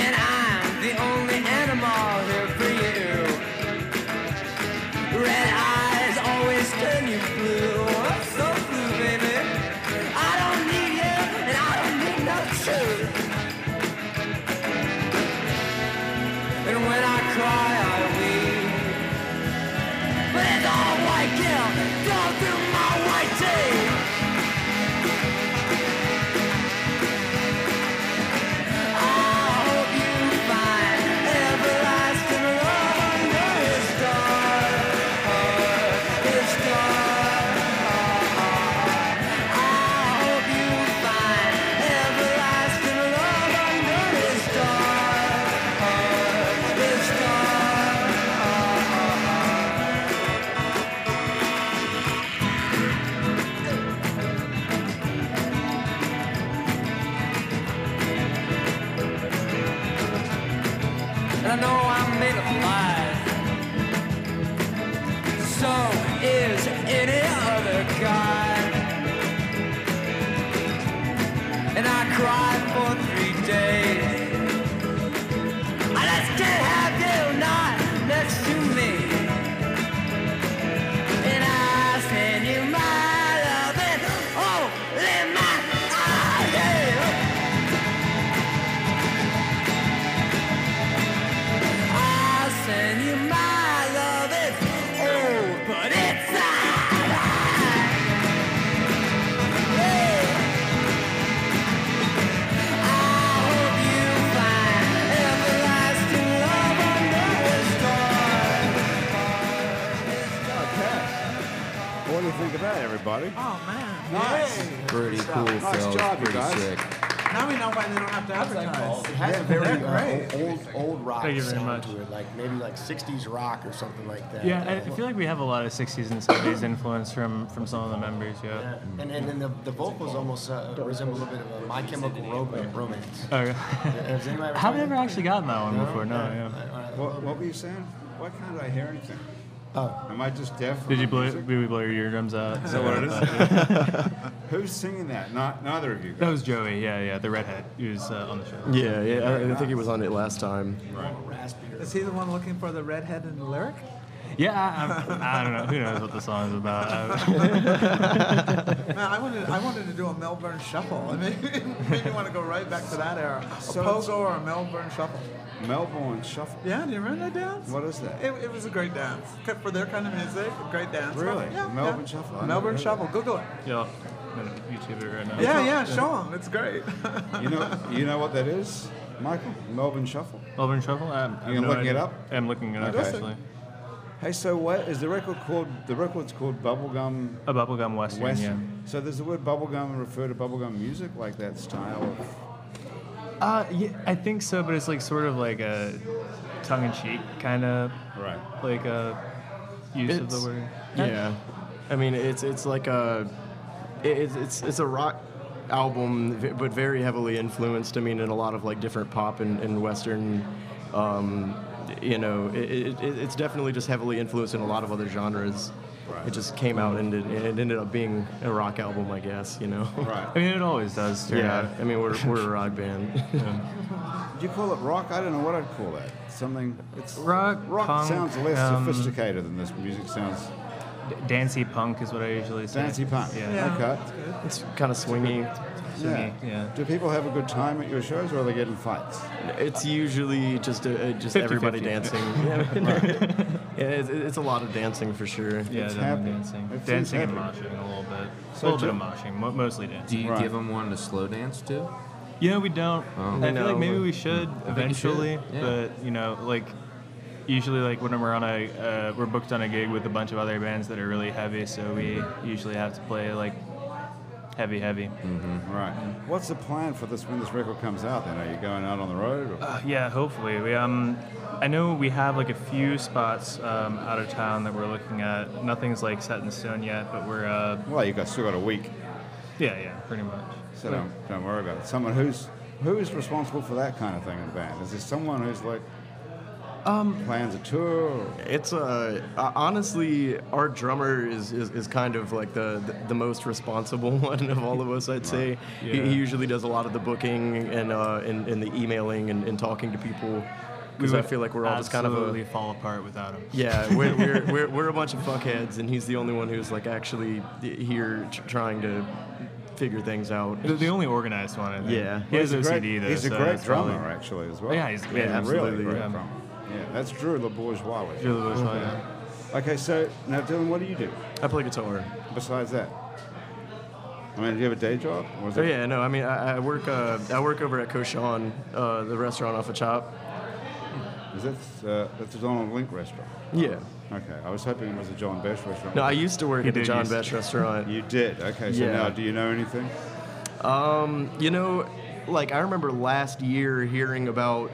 S9: And I'm the only animal here for you. Red eyes always turn you blue. I'm so blue, baby. I don't need you, and I don't need no sky. And I cried for three days. I just can't have you not next to me. And I send you my love and only my eyes. I send you my love, it's old, but it's alright. Hey. I hope you find everlasting love under the stars.
S1: What do you think of that, everybody?
S2: Oh man.
S1: Nice.
S2: Yay.
S3: Pretty cool,
S1: Nice
S3: fellas.
S1: job, you
S3: pretty
S1: guys.
S3: sick.
S2: Now we know why they don't have to advertise.
S4: It has a very
S2: they're great.
S4: uh, old old rock
S5: Thank you very
S4: sound
S5: much.
S4: to it, like maybe like '60s rock or something like that.
S5: Yeah, I- I feel like we have a lot of 60s and 70s influence from, from some of the members, yeah.
S4: and and then the, the vocals almost uh, resemble a little bit of a My Chemical Ro- Romance.
S5: Okay. [LAUGHS]
S4: Has anybody ever
S5: Haven't
S4: tried
S5: ever
S4: that?
S5: actually gotten that one before, no, yeah.
S4: All right,
S1: What, what were you saying? Why can't I hear anything?
S4: Oh.
S1: Am I just deaf? from
S5: Did you
S1: the
S5: blow,
S1: music?
S5: did we blow your eardrums out?
S1: Is that what it is? [LAUGHS] Who's singing that? Not neither of you.
S5: That
S1: Guys.
S5: was Joey, yeah, yeah, the redhead. He was uh, on the show.
S8: Yeah, yeah. I, I think he was on it last time.
S2: Is he the one looking for the redhead in the [LAUGHS] lyric?
S5: Yeah, I, I'm- I don't know. Who knows what the song is about? I-
S2: Man, I wanted I wanted to do a Melbourne shuffle. I mean, [LAUGHS] maybe want to go right back to that era. A pogo or a Melbourne shuffle.
S1: Melbourne Shuffle.
S2: Yeah, do you remember that dance?
S1: What is that?
S5: [LAUGHS]
S2: It, it was a great dance Good for their kind of music. a Great dance.
S1: Really?
S2: Yeah,
S1: Melbourne
S2: yeah.
S1: Shuffle? I never
S2: Melbourne
S1: heard
S2: Shuffle. Google it.
S5: Yo, I'm gonna YouTube it right now.
S2: Yeah, yeah. Show them. It's great.
S1: You know, you know what that is, Michael? Melbourne Shuffle.
S5: Melbourne Shuffle? I'm,
S1: You looking it up?
S5: I'm looking it up,
S1: Okay.
S5: actually.
S1: Hey, so what is the record called? The record's called Bubblegum
S5: A bubblegum western,
S1: Western. So does the word bubblegum refer to bubblegum music, like that style? Of,
S5: yeah. Uh, yeah. I think so, but it's like sort of like a tongue-in-cheek kind of
S1: right.
S5: like a use of the
S8: It's-
S5: word.
S8: Yeah, I mean it's it's like a it- it's it's it's a rock album, v- but very heavily influenced. I mean, in a lot of like different pop and, and western. Um, you know, it, it, it- it's definitely just heavily influenced in a lot of other genres. It just came out and it, it ended up being a rock album, I guess. You know. [LAUGHS]
S5: [LAUGHS]
S1: Right.
S5: I mean, it always does turn
S8: Yeah,
S5: out.
S8: I mean we're, we're a rock band. [LAUGHS]
S1: Do you call it rock? I don't know what I'd call that. Something. It's
S5: Rock,
S1: Rock
S5: punk,
S1: sounds less
S5: um,
S1: sophisticated than this music sounds.
S5: D- Dancy punk is what I usually say.
S1: Dancy punk.
S5: Yeah.
S1: Okay.
S8: it's kind of swingy.
S1: Yeah.
S5: yeah.
S1: Do people have a good time at your shows, or are they getting fights?
S8: It's usually just a, a- just everybody [LAUGHS]
S5: 50-50.
S8: dancing. Yeah, Yeah, it's, it's a lot of dancing for sure.
S5: Yeah,
S1: It's
S5: definitely
S1: happening.
S5: dancing.
S1: It's- it's
S5: dancing and
S1: happening.
S5: moshing a little bit.
S1: So
S5: a little
S1: do-
S5: bit of moshing, mo- mostly dancing.
S3: Do you
S1: Right.
S3: give them one to slow dance to?
S5: You know, we don't. I feel
S8: No,
S5: like maybe
S8: but-
S5: we should
S3: think you should,
S5: eventually,
S3: yeah.
S5: but you know, like usually, like when we're on a uh, we're booked on a gig with a bunch of other bands that are really heavy, so we usually have to play like heavy, heavy.
S1: Right.
S5: Mm-hmm.
S1: What's the plan for this when this record comes out? Then are you going out on the road? Or?
S5: Uh, yeah, hopefully we um. I know we have like a few spots um, out of town that we're looking at. Nothing's like set in stone yet, but we're uh,
S1: Well, you got still got a week,
S5: yeah, yeah, pretty much.
S1: so don't, don't worry about it. Someone who's who is responsible for that kind of thing in the band? Is there someone who's like
S5: Um,
S1: plans a tour? Or,
S8: It's uh, uh, honestly, our drummer is, is, is kind of like the, the, the most responsible [LAUGHS] one of all of us, I'd say. He, he
S5: Yeah.
S8: usually does a lot of the booking and, uh, and, and the emailing and, and talking to people. Because I
S5: would
S8: feel like we're all just kind of
S5: absolutely
S8: a.
S5: fall apart without him.
S8: Yeah, we're, we're, we're, we're a bunch of fuckheads, and he's the only one who's like actually here tr- trying to figure things out.
S5: The, the only organized one, I think.
S8: Yeah.
S5: He has
S1: He's a
S5: OCD
S1: great,
S5: though.
S1: He's a
S5: so
S1: great
S5: it's probably-
S1: drummer, actually, as well.
S5: Yeah, he's- yeah,
S1: really
S8: absolutely,
S1: great
S5: yeah.
S1: drummer. Yeah, that's Drew Le Bourgeois. isn't it?
S5: You're the worst one, yeah.
S1: Okay, so now Dylan, what do you do
S8: I play guitar.
S1: besides that? I mean, do you have a day job? Or is
S8: Oh
S1: it-
S8: yeah, no. I mean, I, I work. Uh, I work over at Koshan, uh, the restaurant off of Chop.
S1: Is that uh, that's a Donald Link restaurant?
S8: Yeah.
S1: Okay, I was hoping it was a John Besh restaurant.
S8: No, I used to work
S5: You
S8: at the
S5: did
S8: John
S5: used to.
S8: Besh restaurant.
S1: You did. Okay, so
S8: Yeah.
S1: now do you know anything?
S8: You know, like I remember last year hearing about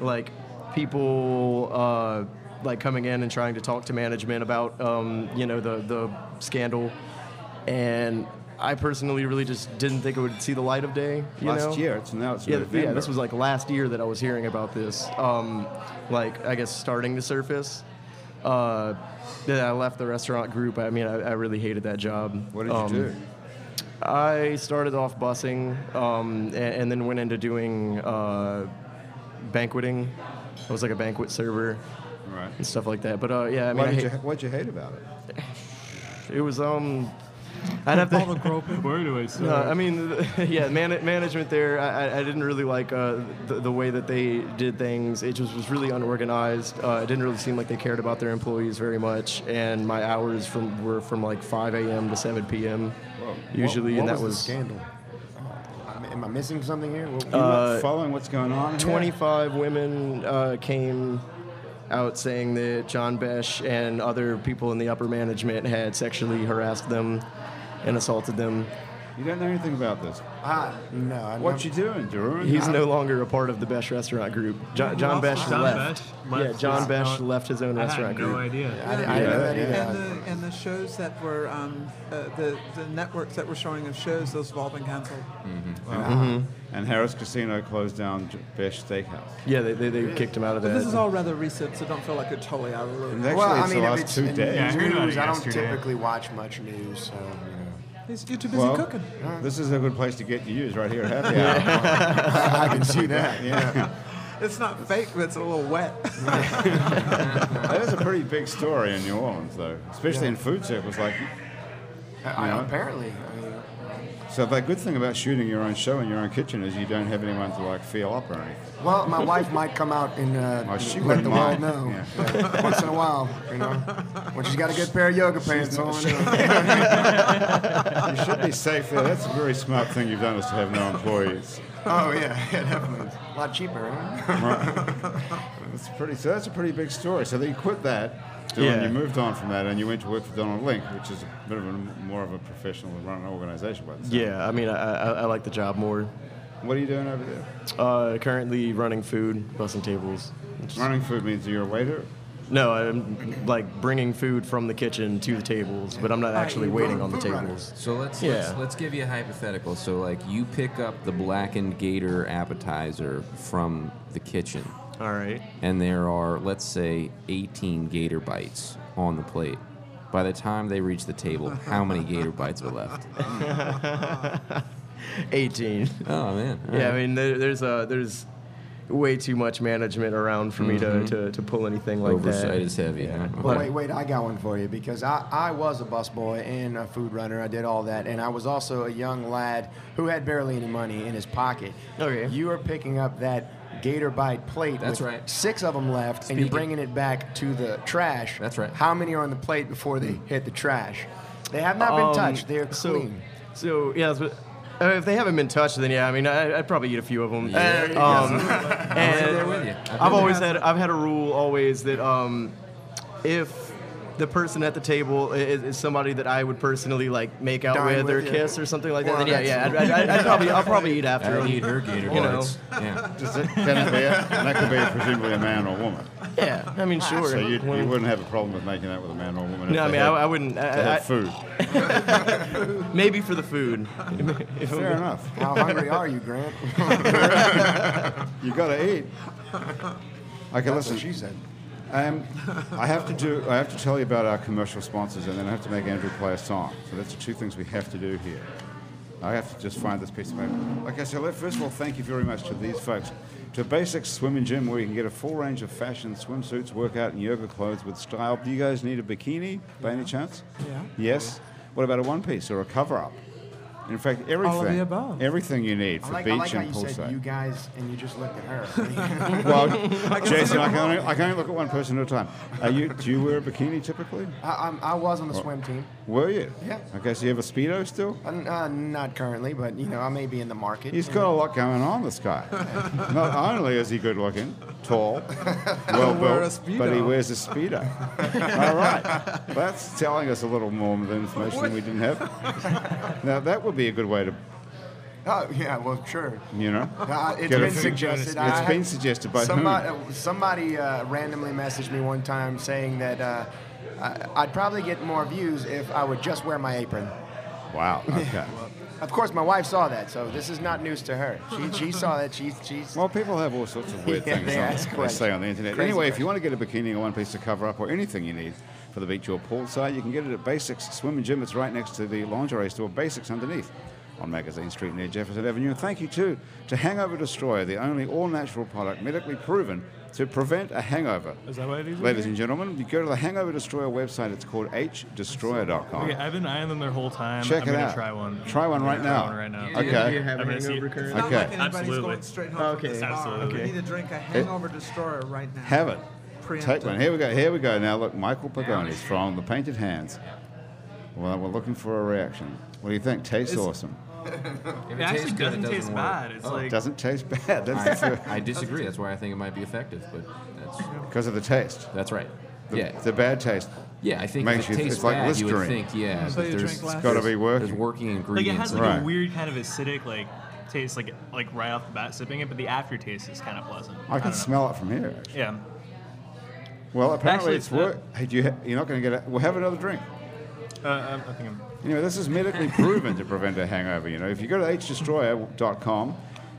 S8: like people uh, like coming in and trying to talk to management about um, you know the the scandal, and I personally really just didn't think it would see the light of day. You
S1: Last
S8: know?
S1: year, it's now it's
S8: Yeah,
S1: November.
S8: yeah, this was like last year that I was hearing about this. Um, like I guess starting to surface, Uh, then I left the restaurant group. I mean, I, I really hated that job.
S1: What did you
S8: Um,
S1: do?
S8: I started off busing um, and, and then went into doing uh, banqueting. I was like a banquet server
S1: Right.
S8: and stuff like that. But uh, yeah, I mean,
S1: Why
S8: I
S1: did you,
S8: hate-
S1: what'd you hate about it?
S8: it was um, I'd have to.
S5: [LAUGHS] All the groping. Where do
S8: [LAUGHS]
S5: I
S8: No,
S5: start?
S8: I mean, [LAUGHS] yeah, man- management there. I, I- I didn't really like uh, the, the way that they did things. It just was really unorganized. Uh, it didn't really seem like they cared about their employees very much. And my hours from were from like 5 a.m. to 7 p.m. usually,
S4: what,
S8: and that
S4: what was,
S8: was,
S4: the scandal. Am I- Am I missing something here? What-
S8: Uh,
S1: You're not following what's going on. here?
S8: 25 women uh, came out saying that John Besh and other people in the upper management had sexually harassed them and assaulted them.
S1: You don't know anything about this.
S4: ah, no. I
S1: What you doing, Darun?
S8: He's no longer a part of the Besh restaurant group. John, John Besh
S5: John
S8: left.
S5: Besh left
S8: Yeah, John
S5: his
S8: Besh
S5: own-
S8: left his own
S5: I
S8: restaurant
S5: had no
S8: group.
S5: idea.
S4: I, didn't- I
S1: Yeah,
S4: didn't know that
S1: yeah.
S2: [LAUGHS]
S4: either.
S2: And the, and the shows that were, um, uh, the, the networks that were showing of shows, those have all been canceled.
S1: And Harris Casino closed down J- Besh Steakhouse.
S8: Yeah, they, they, they kicked him out of
S2: But
S8: that.
S2: this is all rather recent, so don't feel like you're totally out of the
S1: And
S2: loop.
S1: actually,
S4: well, I
S1: it's
S4: mean,
S1: the
S4: if
S1: last
S4: it's
S1: two
S4: in
S1: days.
S5: Yeah, I heard about it
S4: news, I don't
S5: yesterday.
S4: typically watch much news, so you know.
S2: He's- You're too busy
S1: Well,
S2: cooking.
S1: this is a good place to get your news right here at Happy Hour.
S8: [LAUGHS]
S4: I can see that.
S1: yeah.
S2: It's not fake, but it's a little wet.
S1: [LAUGHS] That is a pretty big story in New Orleans, though, especially in food circles. Like,
S4: I,
S1: Yeah.
S4: Apparently, I mean,
S1: so the good thing about shooting your own show in your own kitchen is you don't have anyone to like feel up or anything.
S4: well, my wife might come out and uh,
S1: Oh, she
S4: let
S1: wouldn't
S4: the
S1: mind.
S4: world know
S1: Yeah.
S4: that [LAUGHS] once in a while, you know. When she's got a good pair of yoga pants
S1: not-
S4: on,
S1: she-
S4: [LAUGHS] uh,
S1: You should be safe there. That's a very smart thing you've done is to have no employees. [LAUGHS]
S4: oh yeah, yeah, definitely, a lot cheaper. Huh?
S1: That's pretty. So that's a pretty big story. So then you quit that, and
S8: Yeah.
S1: you moved on from that, and you went to work for Donald Link, which is a bit of a, more of a professional run organization. By the sound.
S8: yeah, I mean, I, I, I like the job more.
S1: What are you doing over there?
S8: Uh, currently running food, bussing tables. Just-
S1: Running food means you're a waiter.
S8: No, I'm like bringing food from the kitchen to the tables, but I'm not actually
S4: you
S8: waiting
S4: run
S8: on the
S4: food
S8: tables.
S3: So let's,
S8: Yeah.
S3: let's let's give you a hypothetical. So like you pick up the blackened gator appetizer from the kitchen,
S8: All right.
S3: and there are let's say 18 gator bites on the plate. By the time they reach the table, how many gator bites are left?
S8: 18.
S3: Oh man. all
S8: [LAUGHS] Yeah, I
S3: right.
S8: mean, there, there's uh, there's way too much management around for me to, to, to pull anything like that.
S3: Mm-hmm. Oversight is heavy. huh?
S8: Well,
S4: Wait, wait, I got one for you because I, I was a busboy and a food runner. I did all that. And I was also a young lad who had barely any money in his pocket.
S8: Okay.
S4: You are picking up that gator bite plate.
S3: Oh, That's
S4: with
S3: right.
S4: Six of them left, and
S3: Speaking-
S4: you're bringing it back to the trash.
S3: That's right. Hmm.
S4: How many are on the plate before they hit the trash? They have not been
S8: Um,
S4: touched. They are
S8: so,
S4: clean.
S8: So yeah, but, uh, if they haven't been touched, then yeah, I mean, I, I'd probably eat a few of them.
S3: Yeah. [LAUGHS]
S8: Uh, um, and
S3: there with you. I've
S8: I've,
S3: been
S8: always had I've had a rule always that um, if the person at the table i- is, is somebody that I would personally like make out
S4: Dine
S8: with,
S4: with
S8: or
S4: you.
S8: kiss or something like
S4: Well,
S8: that, then yeah, yeah, I'd,
S4: that's-
S8: I'd, I'd, I'd probably I'll probably eat
S3: I
S8: after
S3: don't need
S8: them.
S3: her gator
S8: You know.
S3: bites.
S1: [LAUGHS]
S3: Yeah.
S1: Does it, can it be? A, that could be presumably a man or woman.
S8: Yeah, Ah, I mean, sure.
S1: So you, you wouldn't have a problem with making that with a man or a woman. if
S8: no, I
S1: they
S8: mean, I,
S1: had-
S8: I wouldn't.
S1: they
S8: I,
S1: had
S8: I,
S1: food.
S8: maybe for the food.
S1: Fair enough.
S4: How hungry are
S1: [LAUGHS]
S4: you, Grant?
S1: You got to
S4: [LAUGHS]
S1: eat. Okay,
S4: That's what
S1: listen.
S4: she said.
S1: Um, I have to do. I have to tell you about our commercial sponsors, and then I have to make Andrew play a song. So that's the two things we have to do here. I have to just find this piece of paper. Okay, so let, first of all, thank you very much to these folks. To Basic Swim and Gym, where you can get a full range of fashion, swimsuits, workout, and yoga clothes with style. Do you guys need a bikini by any chance?
S2: Yeah.
S1: Yes. What about a one piece or a cover up? In fact, everything.
S2: of the above.
S1: Everything you need
S4: I
S1: for
S4: like,
S1: beach
S4: I like how
S1: and
S4: you
S1: poolside.
S4: said you guys, and you just looked at
S3: [LAUGHS]
S1: [LAUGHS]
S4: her.
S2: [LAUGHS]
S1: Well, Jason, I can, only, I can only look at one person at a time. Are you, do you wear a bikini typically?
S4: I, I'm, I was on the swim team.
S1: Were you?
S4: Yeah.
S1: Okay, so you have a Speedo still?
S4: Uh, n- uh, not currently, but you know I may be in the market.
S1: He's got a lot going on, this guy. Not only is he good looking, tall,
S2: [LAUGHS]
S1: well
S2: wear a
S1: built,
S2: Speedo.
S1: but he wears a Speedo. All right. That's telling us a little more of the information we didn't
S2: [LAUGHS]
S1: have. Now, that would be a good way to,
S4: Oh yeah, well sure.
S1: you know.
S4: Uh, it's
S1: Get a
S4: been
S1: food
S4: suggested.
S1: It's
S4: I had-
S1: been suggested by whom?
S4: somebody. uh, Somebody uh, randomly messaged me one time saying that uh, I, I'd probably get more views if I would just wear my apron.
S1: Wow. Okay.
S4: Of course, my wife saw that, so this is not news to her.
S1: [LAUGHS]
S4: She, she saw that. She, she's.
S1: Well, people have all sorts of weird
S4: Yeah,
S1: things
S4: they
S1: on-
S4: ask
S1: they
S4: questions.
S1: say on the internet.
S4: Crazy
S1: anyway, if you want to get a bikini or one piece to cover up or anything you need for the beach or poolside, you can get it at Basics Swim and Gym. It's right next to the lingerie store, Basics underneath on Magazine Street near Jefferson Avenue. And thank you, too, to Hangover Destroyer, the only all natural product medically proven to prevent a hangover.
S5: Is that what it is?
S1: Ladies and gentlemen, you go to the Hangover Destroyer website. It's called hdestroyer.com.
S5: Okay, I've been eyeing them their whole time.
S1: Check
S5: I'm
S1: it
S5: gonna
S1: out.
S5: try one.
S1: Try one
S5: I'm
S1: right
S5: gonna try
S1: now.
S5: one right now.
S1: Do you- Okay. do you
S8: have a
S5: I'm gonna see-
S8: hangover current?
S2: It's not
S1: Okay.
S2: like anybody's
S5: Absolutely.
S2: going straight home from
S8: Okay.
S2: this bar.
S5: Absolutely.
S2: You need to drink a hangover destroyer right now.
S1: Have it. Take
S2: Preemptive.
S1: one. Here we go. Here we go. Now look, Michael Pagoni's from the Painted Hands. Well, we're looking for a reaction. What do you think? Tastes
S5: It's-
S1: awesome.
S3: If
S5: It actually
S3: tastes good,
S5: doesn't,
S3: it
S5: taste
S3: work.
S5: bad. It's
S3: Oh.
S5: like
S1: Doesn't taste bad. That's [LAUGHS]
S5: [LAUGHS]
S1: the
S3: I, I disagree. That's why I think it might be effective, but that's
S1: because of the taste.
S3: that's right.
S1: The,
S3: yeah,
S1: the bad taste.
S3: yeah. I think
S1: makes
S3: if
S1: you-
S3: it tastes
S1: it's like
S3: bad, you would
S1: Listerine.
S3: think, yeah,
S2: So
S3: that
S2: you
S3: there's
S2: drink less? It's
S1: gotta be working.
S3: There's working
S5: like it
S3: ingredients.
S5: has
S3: in
S5: like
S1: Right.
S5: a weird kind of acidic like taste, like like right off the bat sipping it, but the aftertaste is kind of pleasant.
S1: I can
S5: don't know.
S1: smell it from here. Actually.
S5: Yeah.
S1: Well, apparently
S5: Actually,
S1: it's
S5: it's not-
S1: work. Hey, do you ha- you're not going to get it. We'll have another drink.
S5: Uh, um, I think I'm.
S1: You know, this is medically proven to prevent a hangover. You know, if you go to hdestroyer.com,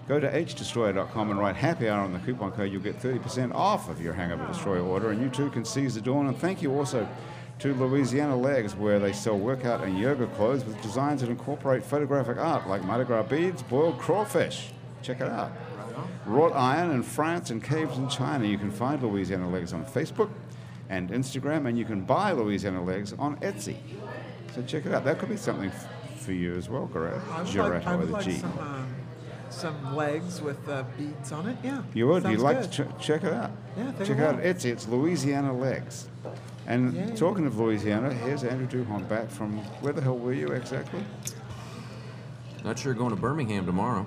S1: go to hdestroyer.com and write happy hour on the coupon code, you'll get 30% off of your hangover destroyer order, and you too can seize the dawn. And thank you also to Louisiana Legs, where they sell workout and yoga clothes with designs that incorporate photographic art like Mardi Gras beads, boiled crawfish. Check it out. Wrought iron in France and caves in China. You can find Louisiana Legs on Facebook and Instagram, and you can buy Louisiana Legs on Etsy. So check it out. That could be something f- for you as well, Garrett.
S2: I would
S1: Giraffe
S2: like, I would
S1: with a
S2: like
S1: G.
S2: some, um, some legs with uh, beads on it. Yeah.
S1: You would.
S2: Sounds
S1: You'd like
S2: good.
S1: to ch- check it out.
S2: Yeah, I think
S1: check
S2: I
S1: it out.
S2: will.
S1: It's it's Louisiana legs. And
S2: Yay.
S1: talking of Louisiana, here's Andrew Duhon back from where the hell were you exactly?
S3: Not sure going to Birmingham tomorrow.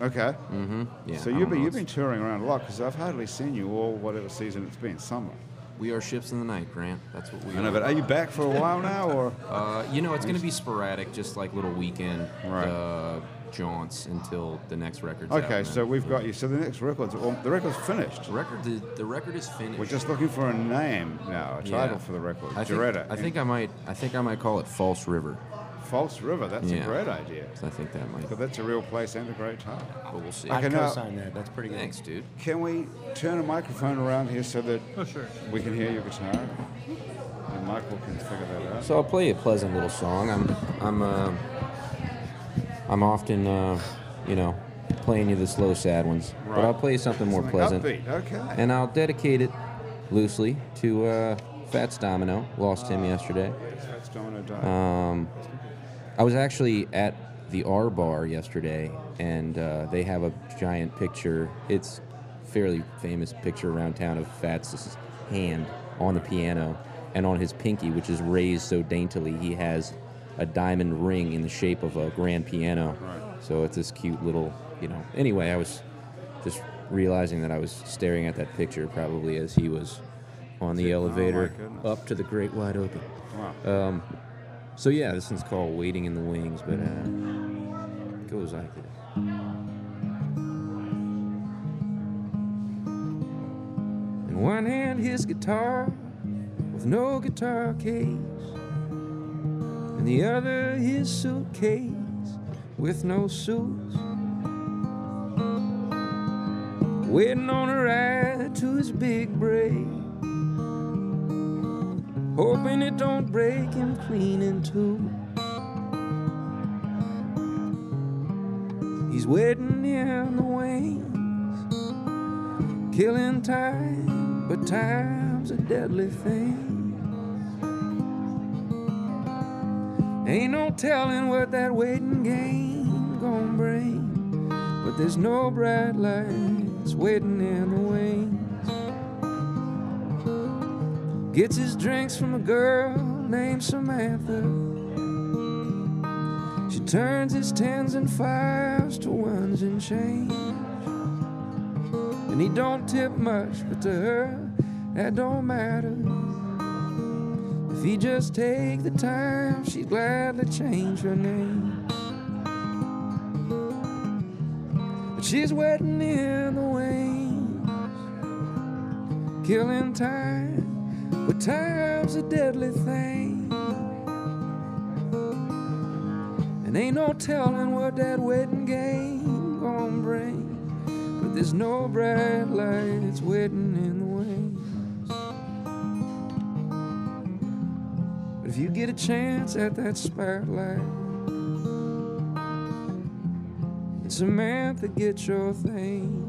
S1: Okay.
S3: Mm-hmm. Yeah.
S1: so
S3: I
S1: you've
S3: don't
S1: been
S3: know.
S1: you've been touring around a lot because I've hardly seen you all whatever season it's been summer.
S3: We are ships in the night, Grant. That's what we.
S1: I know,
S3: are.
S1: but are you back for a while now or?
S3: Uh, you know, it's going to be sporadic, just like little weekend
S1: Right.
S3: uh, jaunts until the next record's out.
S1: [LAUGHS] Okay,
S3: man.
S1: so we've got you. So the next record's all, the record's finished.
S3: the record the, the record is finished.
S1: We're just looking for a name now, a
S3: Yeah.
S1: title for the record.
S3: I think,
S1: Jaretta.
S3: I think I might. I think I might call it False River.
S1: False River. That's a
S3: Yeah.
S1: great idea.
S3: I think that might.
S1: But that's a real place and a great time.
S3: But we'll see.
S4: I
S1: Okay, now-
S4: co-sign that. That's pretty good.
S3: Thanks, dude.
S1: Can we turn a microphone around here so that
S5: Oh sure.
S1: we can hear your guitar? And Michael can figure that out.
S3: So I'll play a pleasant little song. I'm I'm uh, I'm often uh, you know playing you the slow sad ones,
S1: Right.
S3: but I'll play you something more
S1: Something
S3: pleasant.
S1: Upbeat. Okay.
S3: And I'll dedicate it loosely to uh, Fats Domino. Lost him
S1: Ah.
S3: yesterday.
S1: That's Domino Dive.
S3: uh, I was actually at the R Bar yesterday, and uh, they have a giant picture. It's fairly famous picture around town of Fats' hand on the piano, and on his pinky, which is raised so daintily, he has a diamond ring in the shape of a grand piano.
S1: Right.
S3: So it's this cute little, you know. Anyway, I was just realizing that I was staring at that picture probably as he was on the elevator
S1: oh goodness.
S3: up to the great wide open. Um,
S1: wow.
S3: So yeah, this one's called Waiting in the Wings, but uh, it goes like this. In one hand, his guitar with no guitar case, and the other, his suitcase with no suits. Waiting on a ride to his big break hoping it don't break him clean in two. He's waiting in the wings, killing time, but time's a deadly thing. Ain't no telling what that waiting game gonna bring, but there's no bright lights waiting in the wings gets his drinks from a girl named Samantha. She turns his tens and fives to ones and change. And he don't tip much, but to her, that don't matter. If he just take the time, she'd gladly change her name. But she's waiting in the wings, killing time. But time's a deadly thing.
S10: And ain't no telling what that wedding game gonna bring. But there's no bright lights waiting in the wings. But if you get a chance at that spotlight, and Samantha, get your things.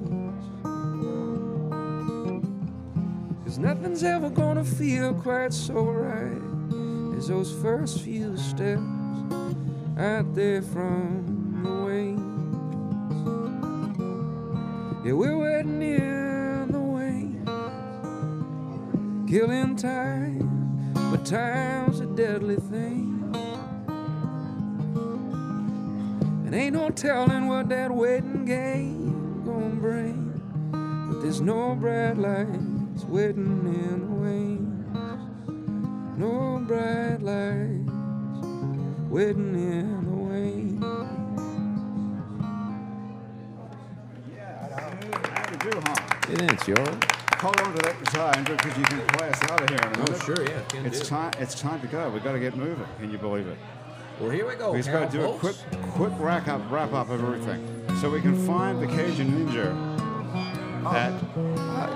S10: Cause nothing's ever gonna feel quite so right as those first few steps out there from the wings. Yeah, we're waiting in the wings, killing time, but time's a deadly thing. And ain't no telling what that waiting game gonna bring. But there's no bright lights waiting in the wings. No bright lights waiting in the wings.
S1: Howdy do, huh?
S3: Thanks, y'all.
S1: Hold on to that guitar, Andrew, because you can play us out of here in a minute.
S10: Oh, yeah.
S1: It's time. It's time to go. We've got to get moving. Can you believe it?
S10: Well, here we go.
S1: We just got to do a quick, quick rack up, wrap up of everything, so we can find the Cajun Ninja. At
S4: Uh,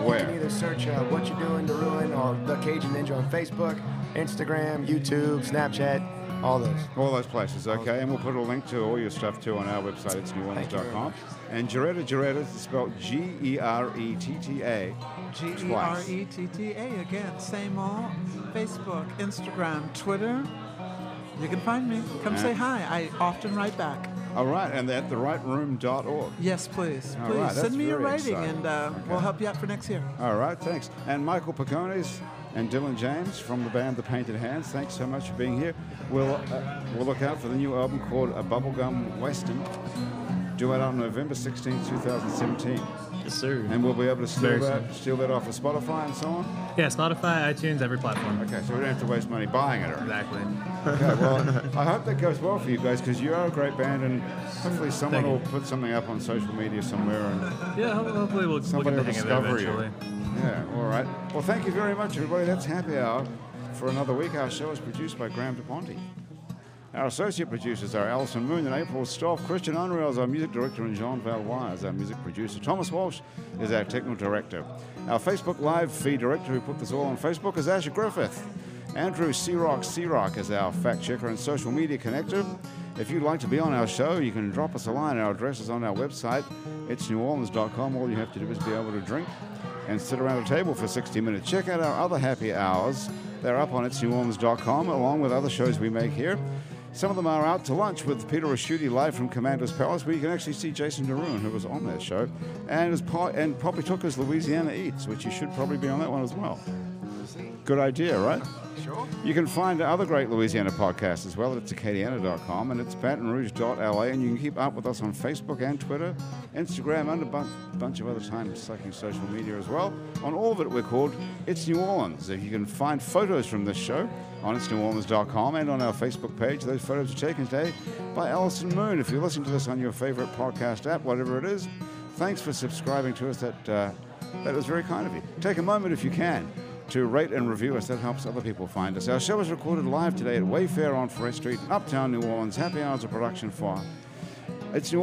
S4: You
S1: Where?
S4: can either search uh, What You're Doing to Ruin or The Cajun Ninja on Facebook, Instagram, YouTube, Snapchat, all those.
S1: all those places, okay? And we'll put a link to all your stuff too on our website. It's
S4: Thank you very
S1: neworleans.com.
S4: much.
S1: And Geretta Geretta is spelled G E R E T T A.
S2: G E R E T T A again. Same all. Facebook, Instagram, Twitter. You can find me. Come say hi. I often write back.
S1: All right, and at therightroom.org.
S2: Yes, please.
S1: All
S2: Please
S1: right, that's
S2: send me your
S1: very
S2: writing,
S1: exciting.
S2: and uh,
S1: Okay.
S2: we'll help you out for next year.
S1: All right, thanks. And Michael Pacones and Dylan James from the band The Painted Hands, thanks so much for being here. We'll, uh, we'll look out for the new album called A Bubblegum Western, due out on November 16, 2017.
S11: Yes, sir.
S1: And we'll be able to steal
S5: Very
S1: that, steal that off of Spotify and so on.
S5: Yeah, Spotify, iTunes, every platform.
S1: Okay, so we don't have to waste money buying it or anything.
S5: Exactly.
S1: Okay, well, I hope that goes well for you guys because you are a great band and hopefully someone
S5: Thank you.
S1: will put something up on social media somewhere and
S5: Yeah, ho- hopefully we'll, we'll
S1: Somebody
S5: get
S1: will
S5: the hang of it
S1: discover you.
S5: eventually.
S1: Yeah, all right. Well, thank you very much, everybody. That's Happy Hour for another week. Our show is produced by Graham DePonte. Our associate producers are Alison Moon and April Stoff. Christian Unreal is our music director, and Jean Valois is our music producer. Thomas Walsh is our technical director. Our Facebook Live feed director, who put this all on Facebook, is Asher Griffith. Andrew Searock Searock is our fact checker and social media connector. If you'd like to be on our show, you can drop us a line. Our address is on our website. It's neworleans.com. All you have to do is be able to drink and sit around a table for 60 minutes. Check out our other happy hours. They're up on itsneworleans.com along with other shows we make here. Some of them are out to lunch with Peter Raschuti live from Commander's Palace, where you can actually see Jason Deruin, who was on that show, and, is po- and Poppy Tooker's Louisiana Eats, which you should probably be on that one as well. Good idea, right? Sure. You can find other great Louisiana podcasts as well at acadiana.com and it's batonrouge.la. And you can keep up with us on Facebook and Twitter, Instagram, and a bunch, bunch of other time sucking social media as well. On all of it, we're called It's New Orleans. If you can find photos from this show on itsneworleans.com and on our Facebook page, those photos are taken today by Alison Moon. If you're listening to this on your favorite podcast app, whatever it is, thanks for subscribing to us. That, uh, that was very kind of you. Take a moment if you can to rate and review us. That helps other people find us. Our show is recorded live today at Wayfair on Forest Street in Uptown New Orleans. Happy hours of production for it's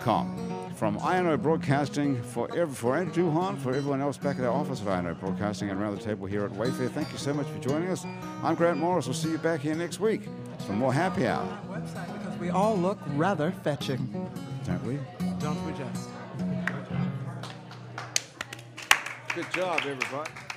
S1: neworleans.com. From INO Broadcasting for ev- for Andrew Duhan, for everyone else back at our office at INO Broadcasting and around the table here at Wayfair. Thank you so much for joining us. I'm Grant Morris. We'll see you back here next week for more happy hour.
S2: Website because we all look rather fetching,
S1: Don't we?
S2: don't we just?
S1: Good job, everybody.